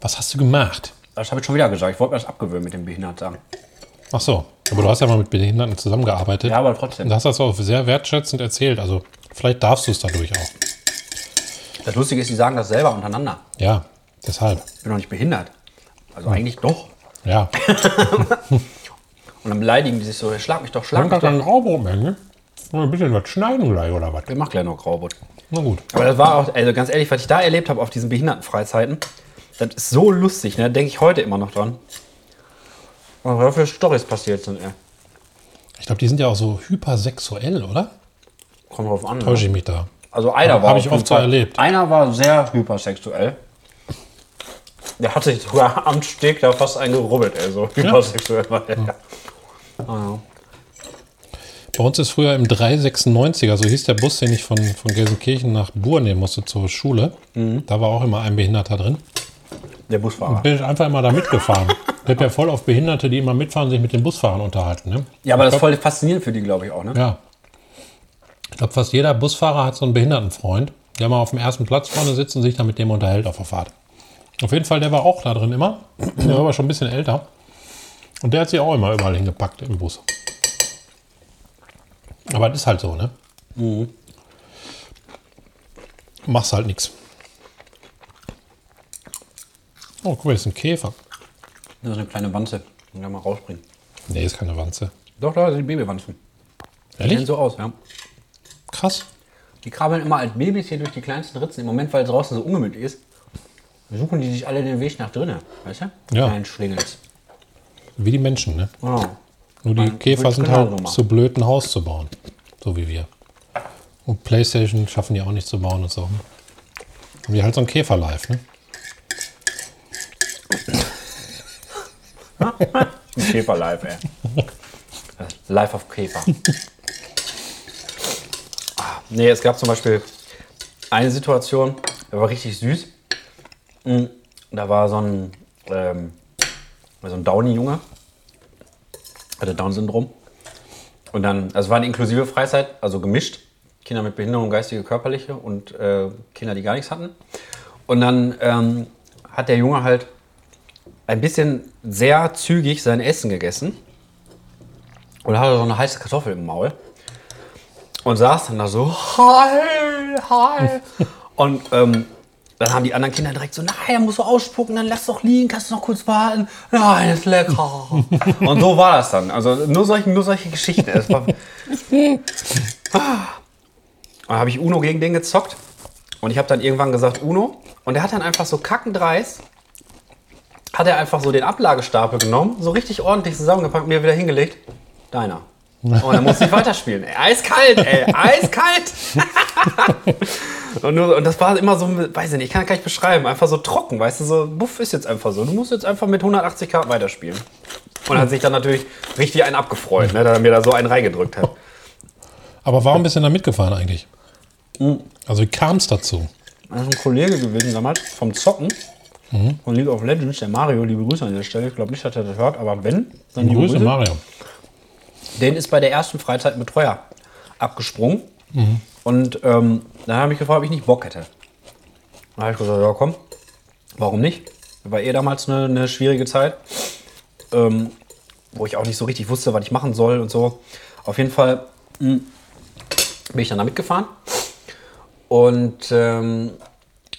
Speaker 1: was hast du gemacht?
Speaker 3: Das habe ich schon wieder gesagt. Ich wollte mir das abgewöhnen mit dem Behindert sagen.
Speaker 1: Ach so. Aber du hast ja mal mit Behinderten zusammengearbeitet.
Speaker 3: Ja, aber trotzdem.
Speaker 1: Und hast das auch sehr wertschätzend erzählt. Also, vielleicht darfst du es dadurch auch.
Speaker 3: Das Lustige ist, die sagen das selber untereinander.
Speaker 1: Ja, deshalb.
Speaker 3: Ich bin doch nicht behindert. Also eigentlich doch.
Speaker 1: Ja.
Speaker 3: Und dann beleidigen die sich so, schlag mich doch, schlag
Speaker 1: Dann
Speaker 3: mich
Speaker 1: kannst du
Speaker 3: doch.
Speaker 1: ein Graubrot machen, ne? Mal Ein bisschen was schneiden gleich oder was?
Speaker 3: Wir machen gleich noch Graubot.
Speaker 1: Na gut.
Speaker 3: Aber das war auch, also ganz ehrlich, was ich da erlebt habe auf diesen Behindertenfreizeiten, das ist so lustig, ne? Denke ich heute immer noch dran. Und was für Storys passiert sind, ey.
Speaker 1: Ich glaube, die sind ja auch so hypersexuell, oder?
Speaker 3: Kommt drauf
Speaker 2: ne?
Speaker 3: an.
Speaker 1: Täusche ich mich da.
Speaker 3: Also einer
Speaker 1: Hab
Speaker 3: war.
Speaker 1: ich
Speaker 3: auf jeden
Speaker 1: oft so
Speaker 3: Fall-
Speaker 1: erlebt.
Speaker 3: Einer war sehr hypersexuell. Der hat sich sogar am Steg da fast eingerubbelt, ey, so hypersexuell war der.
Speaker 1: Bei uns ist früher im 396er, so hieß der Bus, den ich von, von Gelsenkirchen nach Buhr nehmen musste zur Schule. Da war auch immer ein Behinderter drin.
Speaker 3: Der Busfahrer.
Speaker 1: Bin ich einfach immer da mitgefahren. Ich hab ja voll auf Behinderte, die immer mitfahren, sich mit den Busfahrern unterhalten. Ne?
Speaker 3: Ja, aber das ist voll faszinierend für die, glaube ich, auch, ne?
Speaker 1: Ja. Ich glaube, fast jeder Busfahrer hat so einen Behindertenfreund, der mal auf dem ersten Platz vorne sitzt und sich dann mit dem unterhält auf der Fahrt. Auf jeden Fall, der war auch da drin immer. Der war aber schon ein bisschen älter. Und der hat sie auch immer überall hingepackt im Bus. Aber das ist halt so, ne? Machst halt nichts. Oh, guck mal, das ist ein Käfer.
Speaker 3: Das ist eine kleine Wanze. Die kann man rausbringen.
Speaker 1: Nee, ist keine Wanze.
Speaker 3: Doch, da sind Babywanzen. Die sehen
Speaker 1: Ehrlich?
Speaker 3: so aus, ja.
Speaker 1: Krass.
Speaker 3: Die krabbeln immer als Babys hier durch die kleinsten Ritzen. Im Moment, weil es draußen so ungemütlich ist, suchen die sich alle den Weg nach drinnen. Weißt du?
Speaker 1: Ja.
Speaker 3: Kleinen Schlingels.
Speaker 1: Wie die Menschen, ne?
Speaker 3: Genau.
Speaker 1: Nur die
Speaker 3: Man
Speaker 1: Käfer
Speaker 3: würd's
Speaker 1: sind
Speaker 3: genauso
Speaker 1: halt
Speaker 3: machen.
Speaker 1: zu blöd, ein Haus zu bauen. So wie wir. Und Playstation schaffen die auch nicht zu bauen und so. ne? Haben die halt so ein Käferlife, ne?
Speaker 3: Ein Käfer-Live, ey. Das Life of Käfer. Ah, nee, es gab zum Beispiel eine Situation, der war richtig süß. Mm, Da war so ein, ähm, so ein Downy-Junge. Hatte Down-Syndrom. Und dann, also es war eine inklusive Freizeit, also gemischt. Kinder mit Behinderung, geistige, körperliche und äh, Kinder, die gar nichts hatten. Und dann ähm, hat der Junge halt ein bisschen sehr zügig sein Essen gegessen und hatte so eine heiße Kartoffel im Maul und saß dann da so, heil, heil. und ähm, dann haben die anderen Kinder direkt so, nein, musst du ausspucken, dann lass doch liegen, kannst du noch kurz warten. Nein, ist lecker. und so war das dann. Also nur solche, nur solche Geschichten. Es war, dann habe ich Uno gegen den gezockt und ich habe dann irgendwann gesagt, Uno. Und er hat dann einfach so kackendreist hat er einfach so den Ablagestapel genommen, so richtig ordentlich zusammengepackt und mir wieder hingelegt. Deiner. Und er muss nicht weiterspielen. Ey, eiskalt, ey, eiskalt. und, nur, und das war immer so, weiß ich nicht, ich kann das gar nicht beschreiben, einfach so trocken, weißt du, so, buff ist jetzt einfach so. Du musst jetzt einfach mit 180 Karten weiterspielen. Und hat sich dann natürlich richtig einen abgefreut, ne, da er mir da so einen reingedrückt hat.
Speaker 1: Aber warum bist du denn da mitgefahren eigentlich?
Speaker 3: Hm.
Speaker 1: Also wie kam es dazu?
Speaker 3: Das ist ein Kollege gewesen damals vom Zocken von League of Legends, der Mario, liebe Grüße an der Stelle. Ich glaube nicht, dass er das hört, aber wenn, dann liebe
Speaker 1: Grüße, Mario.
Speaker 3: den ist bei der ersten Freizeit ein Betreuer abgesprungen. Und ähm, dann habe ich gefragt, ob ich nicht Bock hätte. Dann habe ich gesagt, ja komm, warum nicht? War eh damals eine, eine schwierige Zeit, ähm, wo ich auch nicht so richtig wusste, was ich machen soll und so. Auf jeden Fall mh, bin ich dann da mitgefahren und ähm,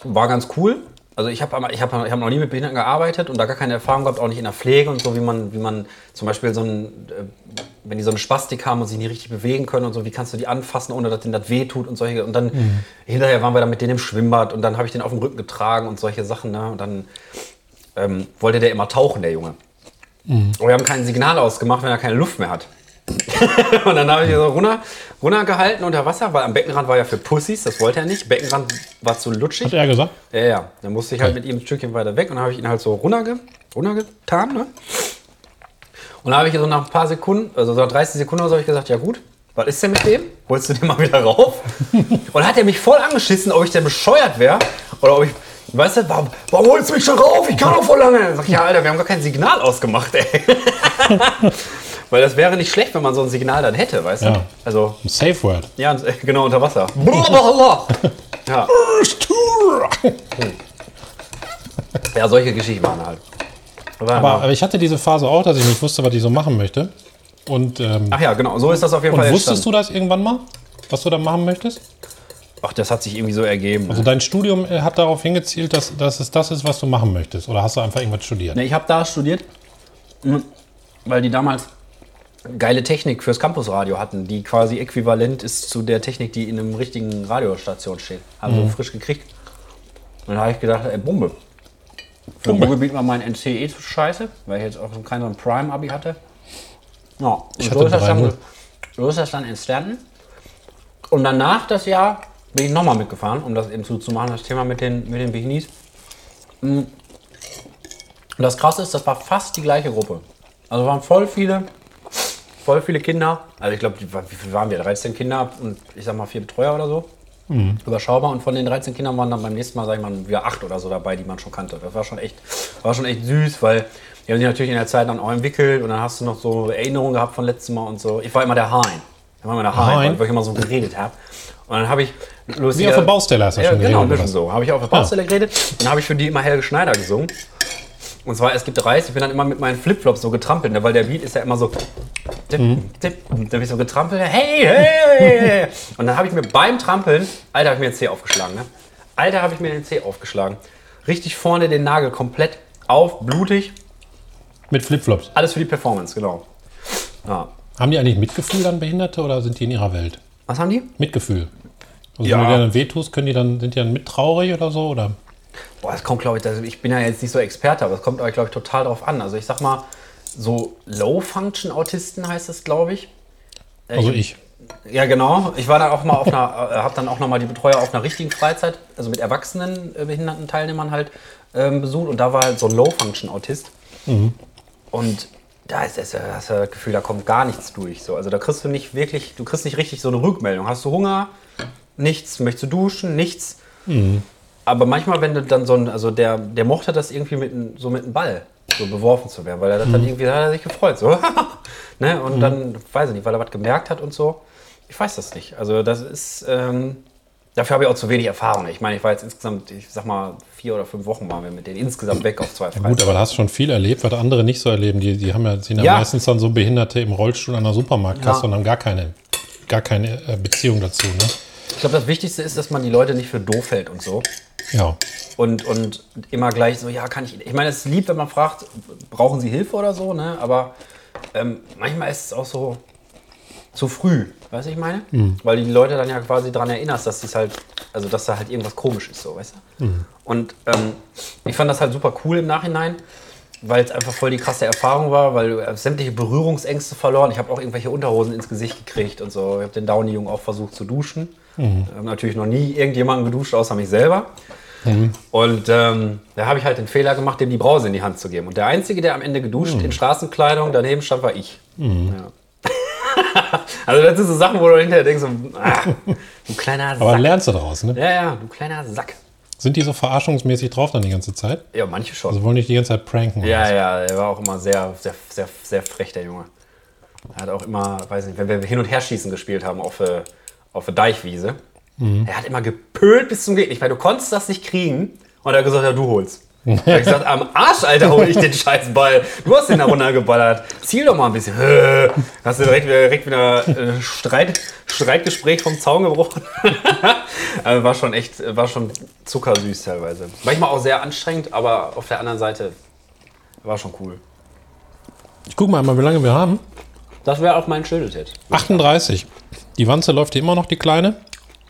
Speaker 3: war ganz cool. Also ich habe ich hab, ich hab noch nie mit Behinderten gearbeitet und da gar keine Erfahrung gehabt, auch nicht in der Pflege und so, wie man, wie man zum Beispiel so ein, äh, wenn die so eine Spastik haben und sich nicht richtig bewegen können und so, wie kannst du die anfassen, ohne dass denen das weh tut und solche. Und dann hinterher waren wir dann mit denen im Schwimmbad und dann habe ich den auf dem Rücken getragen und solche Sachen. Ne? Und dann ähm, wollte der immer tauchen, der Junge. Und wir haben kein Signal ausgemacht, wenn er keine Luft mehr hat. und dann habe ich ihn so runter, runtergehalten unter Wasser, weil am Beckenrand war ja für Pussys, das wollte er nicht. Beckenrand war zu lutschig.
Speaker 1: Hat er gesagt?
Speaker 3: Ja, ja. Dann musste ich halt mit ihm ein Stückchen weiter weg und dann habe ich ihn halt so runterge runtergetan. Ne? Und dann habe ich so nach ein paar Sekunden, also so nach 30 Sekunden oder so, habe ich gesagt, ja gut, was ist denn mit dem? Holst du den mal wieder rauf? und dann hat er mich voll angeschissen, ob ich denn bescheuert wäre oder ob ich, weißt du, warum, warum holst du mich schon rauf? Ich kann doch voll lange. Dann sag ich, ja Alter, wir haben gar kein Signal ausgemacht, ey. Weil das wäre nicht schlecht, wenn man so ein Signal dann hätte, weißt du?
Speaker 1: Ja.
Speaker 3: Also,
Speaker 1: Ein Safe Word.
Speaker 3: ja, und- genau, unter Wasser. Blablabla. ja. Ja, solche Geschichten waren halt. War
Speaker 1: Aber,
Speaker 3: immer-
Speaker 1: aber ich hatte diese Phase auch, dass ich nicht wusste, was ich so machen möchte. Und, ähm,
Speaker 3: Ach ja, genau, so ist das auf jeden
Speaker 1: und
Speaker 3: Fall
Speaker 1: wusstest du das irgendwann mal, was du da machen möchtest?
Speaker 3: du? Ach, das hat sich irgendwie so ergeben.
Speaker 1: Also dein Studium äh, hat darauf hingezielt, dass, dass es das ist, was du machen möchtest. Oder hast du einfach irgendwas studiert?
Speaker 3: Ne, ich habe da studiert, mh, weil die damals geile Technik fürs Campusradio hatten, die quasi äquivalent ist zu der Technik, die in einem richtigen Radiostation steht. Haben wir frisch gekriegt. Und da habe ich gedacht, ey, Bombe. E Für Bombe. Ruhrgebiet war mein NCE zu scheiße, weil ich jetzt auch keinen so ein Prime-Abi hatte. Ja, ich
Speaker 1: hatte
Speaker 3: so, ist das
Speaker 1: 3-0.
Speaker 3: dann, so ist das dann entstanden. Und danach das Jahr bin ich nochmal mitgefahren, um das eben zuzumachen, das Thema mit den, mit den Bikinis. Mm. Und das Krasse ist, das war fast die gleiche Gruppe. Also waren voll viele, voll viele Kinder. Also ich glaube, die waren- wie viel waren wir? 13 Kinder und ich sag mal vier Betreuer oder so. Überschaubar. Und von den 13 Kindern waren dann beim nächsten Mal, sag ich mal, wieder acht oder so dabei, die man schon kannte. Das war schon echt, war schon echt süß, weil die haben sich natürlich in der Zeit dann auch entwickelt und dann hast du noch so Erinnerungen gehabt von letztem Mal und so. Ich war immer der Hein. Ich war immer der Hein,
Speaker 1: Hein?
Speaker 3: weil ich immer so geredet habe. Und dann habe ich
Speaker 1: Wie
Speaker 3: Lucia,
Speaker 1: auf der Baustelle hast du
Speaker 3: ja,
Speaker 1: schon
Speaker 3: genau, ein
Speaker 1: geredet,
Speaker 3: bisschen
Speaker 1: oder
Speaker 3: so. Habe ich auf der Baustelle geredet. Dann habe ich für die immer Helge Schneider gesungen. Und zwar, es gibt Reis. Ich bin dann immer mit meinen Flipflops so getrampelt, ne? weil der Beat ist ja immer so. Dip,
Speaker 1: Mhm.
Speaker 3: dip. Und Dann bin ich so getrampelt. Hey, hey, hey, hey. Und dann habe ich mir beim Trampeln, Alter, habe ich mir den Zeh aufgeschlagen. Ne? Alter, habe ich mir den Zeh aufgeschlagen. Richtig vorne den Nagel komplett auf, blutig.
Speaker 1: Mit Flipflops.
Speaker 3: Alles für die Performance, genau. Ja.
Speaker 1: Haben die eigentlich Mitgefühl an Behinderte oder sind die in ihrer Welt?
Speaker 3: Was haben die?
Speaker 1: Mitgefühl. Also
Speaker 3: Ja.
Speaker 1: wenn du dir dann wehtust, können die dann, sind die dann mit traurig oder so? Oder?
Speaker 3: Boah, das kommt, glaube ich, das, ich bin ja jetzt nicht so Experte, aber es kommt, glaube ich, total drauf an. Also ich sag mal, so Low-Function-Autisten heißt das, glaube ich. Äh,
Speaker 1: Also ich.
Speaker 3: Ja, genau. Ich war dann auch mal auf einer, äh, habe dann auch noch mal die Betreuer auf einer richtigen Freizeit, also mit erwachsenen äh, behinderten Teilnehmern halt ähm, besucht und da war halt so ein Low-Function-Autist. Und da ist das, hast du das Gefühl, da kommt gar nichts durch. So. Also da kriegst du nicht wirklich, du kriegst nicht richtig so eine Rückmeldung. Hast du Hunger? Nichts. Möchtest du duschen? Nichts. Aber manchmal, wenn du dann so ein, also der, der mochte das irgendwie mit, n- so mit einem Ball so beworfen zu werden, weil er das dann irgendwie, da hat er sich gefreut, so. ne? Und dann, weiß ich nicht, weil er was gemerkt hat und so. Ich weiß das nicht. Also das ist, ähm, dafür habe ich auch zu wenig Erfahrung. Ich meine, ich war jetzt insgesamt, ich sag mal, vier oder fünf Wochen waren wir mit denen insgesamt weg auf zwei
Speaker 1: Gut,
Speaker 3: Freizeiten.
Speaker 1: aber da hast du schon viel erlebt, was andere nicht so erleben. Die, die haben ja, sind ja,
Speaker 3: Ja.
Speaker 1: meistens dann so Behinderte im Rollstuhl an der Supermarktkasse
Speaker 3: Ja.
Speaker 1: und haben gar keine, gar keine äh, Beziehung dazu. Ne?
Speaker 3: Ich glaube, das Wichtigste ist, dass man die Leute nicht für doof hält und so.
Speaker 1: Ja.
Speaker 3: und, und immer gleich so, ja, kann ich. Ich meine, es ist lieb, wenn man fragt, brauchen Sie Hilfe oder so, ne? Aber ähm, manchmal ist es auch so zu früh, weißt du, ich meine? Weil du die Leute dann ja quasi daran erinnerst, dass dies halt, also dass da halt irgendwas komisch ist, so, weißt du? Und ähm, ich fand das halt super cool im Nachhinein, weil es einfach voll die krasse Erfahrung war, weil du äh, sämtliche Berührungsängste verloren. Ich habe auch irgendwelche Unterhosen ins Gesicht gekriegt und so. Ich habe den Downy-Jungen auch versucht zu duschen.
Speaker 1: Mhm.
Speaker 3: Ich habe natürlich noch nie irgendjemanden geduscht, außer mich selber.
Speaker 1: Mhm.
Speaker 3: Und ähm, da habe ich halt den Fehler gemacht, dem die Brause in die Hand zu geben. Und der Einzige, der am Ende geduscht
Speaker 1: Mhm.
Speaker 3: in Straßenkleidung daneben stand, war ich. Ja. also das sind so Sachen, wo du hinterher denkst, so, ah, du kleiner
Speaker 1: Aber
Speaker 3: Sack.
Speaker 1: lernst du daraus, ne?
Speaker 3: Ja, ja, du kleiner Sack.
Speaker 1: Sind die so verarschungsmäßig drauf dann die ganze Zeit?
Speaker 3: Ja, manche schon.
Speaker 1: Also wollen dich die ganze Zeit pranken? oder
Speaker 3: Ja,
Speaker 1: was?
Speaker 3: ja, er war auch immer sehr, sehr, sehr, sehr frech, der Junge. Er hat auch immer, weiß nicht, wenn wir hin und her schießen gespielt haben auf, äh, auf der Deichwiese, er hat immer gepölt bis zum Gegner. Ich meine, du konntest das nicht kriegen. Und er hat gesagt, ja, du holst. Ich hab gesagt, am Arsch, Alter, hol ich den scheiß Ball. Du hast den da runtergeballert. Ziel doch mal ein bisschen. Äh, Hast du direkt wieder, direkt wieder äh, Streit, Streitgespräch vom Zaun gebrochen. Also war schon echt, war schon zuckersüß teilweise. Manchmal auch sehr anstrengend, aber auf der anderen Seite war schon cool.
Speaker 1: Ich guck mal einmal, wie lange wir haben.
Speaker 3: Das wäre auch mein Schildetipp.
Speaker 1: 38. Die Wanze läuft hier immer noch, die Kleine.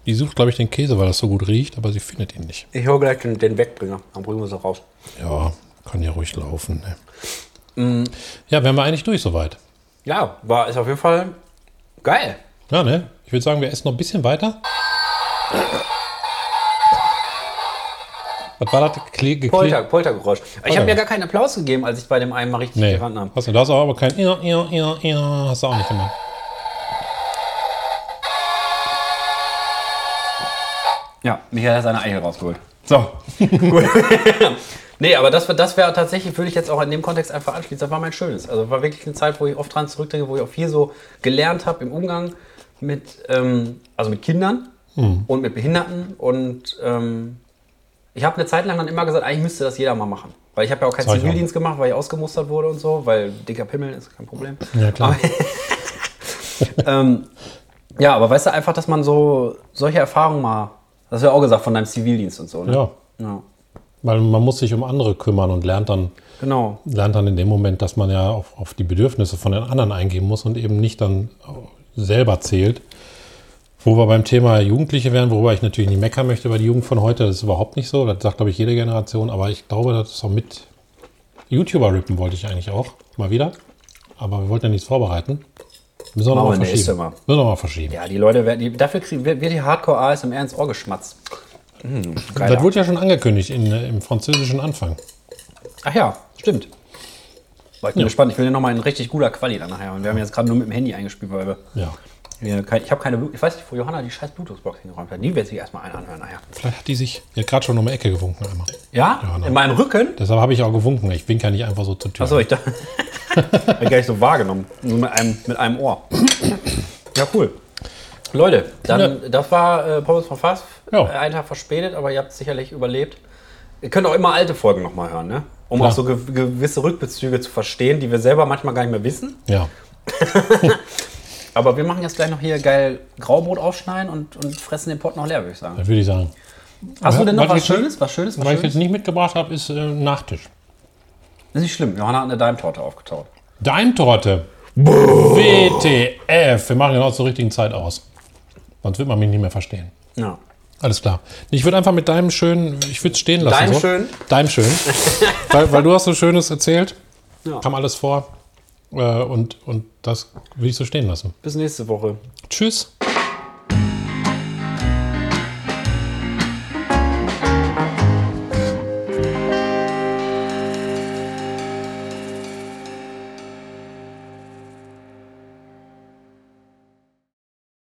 Speaker 1: Die sucht, glaube ich, den Käse, weil das so gut riecht, aber sie findet ihn nicht.
Speaker 3: Ich hole gleich den, den Wegbringer. Dann bringen wir es noch raus.
Speaker 1: Ja, kann ja ruhig laufen. Ne?
Speaker 3: Mhm.
Speaker 1: Ja, wären wir eigentlich durch soweit.
Speaker 3: Ja, war ist auf jeden Fall geil.
Speaker 1: Ja, ne? Ich würde sagen, wir essen noch ein bisschen weiter. Was war das? Kle gekle-
Speaker 3: Polter, Poltergeräusch. Ich habe
Speaker 1: Polter.
Speaker 3: mir gar keinen Applaus gegeben, als ich bei dem einen mal richtig
Speaker 1: Nee.
Speaker 3: gerannt habe.
Speaker 1: Hast du das auch, aber kein. Ja, ja, ja, ja. Hast du auch nicht gemacht.
Speaker 3: Ja, Michael hat seine Eichel rausgeholt. So. Gut. nee, aber das, wär- das wäre tatsächlich, würde ich jetzt auch in dem Kontext einfach anschließen. Das war mein Schönes. Also war wirklich eine Zeit, wo ich oft dran zurückdenke, wo ich auch viel so gelernt habe im Umgang mit, ähm, also mit Kindern
Speaker 1: Mhm.
Speaker 3: und mit Behinderten. Und ähm, ich habe eine Zeit lang dann immer gesagt, eigentlich müsste das jeder mal machen. Weil ich habe ja auch keinen
Speaker 1: Sag ich auch.
Speaker 3: Zivildienst gemacht, weil ich ausgemustert wurde und so, weil dicker Pimmel ist kein Problem.
Speaker 1: Ja, klar.
Speaker 3: Ähm, ja, aber weißt du einfach, dass man so solche Erfahrungen mal, das hast du ja auch gesagt, von deinem Zivildienst und so. Ne?
Speaker 1: Ja,
Speaker 3: ja.
Speaker 1: weil man muss sich um andere kümmern und lernt dann,
Speaker 3: Genau.
Speaker 1: lernt dann in dem Moment, dass man ja auf, auf die Bedürfnisse von den anderen eingehen muss und eben nicht dann selber zählt. Wo wir beim Thema Jugendliche wären, worüber ich natürlich nicht meckern möchte über die Jugend von heute, das ist überhaupt nicht so. Das sagt, glaube ich, jede Generation, aber ich glaube, das ist auch mit YouTuber rippen wollte ich eigentlich auch. Mal wieder. aber wir wollten ja nichts vorbereiten. Müssen wir
Speaker 3: Machen
Speaker 1: nochmal
Speaker 3: wir nächstes
Speaker 1: verschieben.
Speaker 3: Mal.
Speaker 1: Müssen wir nochmal verschieben.
Speaker 3: Ja, die Leute werden, die, dafür kriegen, wird, wird die Hardcore ASMR ins Ohr geschmatzt. Mm, geiler.
Speaker 1: das wurde ja schon angekündigt in, äh, im französischen Anfang.
Speaker 3: Ach ja, stimmt. Boah, ich bin gespannt. Ich will dir nochmal in richtig guter Quali dann nachher. Und wir haben jetzt gerade nur mit dem Handy eingespielt, weil wir.
Speaker 1: Ja.
Speaker 3: wir kein- Ich habe keine. Blu- Ich weiß nicht, wo Johanna die scheiß Bluetooth-Box hingeräumt hat. Die wird sich erstmal einen anhören nachher.
Speaker 1: Vielleicht hat die sich die hat gerade schon um die Ecke gewunken einmal.
Speaker 3: Ja?
Speaker 1: Johanna.
Speaker 3: in meinem Rücken?
Speaker 1: Deshalb habe ich auch gewunken. Ich winke ja nicht einfach so zur Tür.
Speaker 3: Achso, ich dachte. hab ich gar nicht so wahrgenommen. Nur mit einem, mit einem Ohr. ja, cool. Leute, dann,
Speaker 1: Ja.
Speaker 3: das war äh, Pommes von Fass.
Speaker 1: Ja.
Speaker 3: Äh, Einen Tag verspätet, aber ihr habt sicherlich überlebt. Ihr könnt auch immer alte Folgen nochmal hören, ne? Um
Speaker 1: Klar.
Speaker 3: auch so ge gewisse Rückbezüge zu verstehen, die wir selber manchmal gar nicht mehr wissen.
Speaker 1: ja.
Speaker 3: Aber wir machen jetzt gleich noch hier geil Graubrot aufschneiden und, und fressen den Pott noch leer, würde ich sagen.
Speaker 1: Das würde ich sagen.
Speaker 3: Hast du denn noch
Speaker 1: was
Speaker 3: was
Speaker 1: ich jetzt-
Speaker 3: Schönes? Was Schönes? Was
Speaker 1: Was ich
Speaker 3: Schönes?
Speaker 1: jetzt nicht mitgebracht habe, ist äh, ein Nachtisch.
Speaker 3: Ist nicht schlimm. Johanna hat eine Daimtorte aufgetaut.
Speaker 1: Daimtorte. WTF. Wir machen genau zur richtigen Zeit aus. Sonst wird man mich nicht mehr verstehen.
Speaker 3: Ja.
Speaker 1: Alles klar. Ich würde einfach mit deinem schönen, ich würde es stehen lassen.
Speaker 3: Deinem
Speaker 1: so.
Speaker 3: schön?
Speaker 1: Deinem schön. weil, weil du hast so Schönes erzählt.
Speaker 3: Ja.
Speaker 1: Kam alles vor. Äh, und, und das will ich so stehen lassen.
Speaker 3: Bis nächste Woche.
Speaker 1: Tschüss.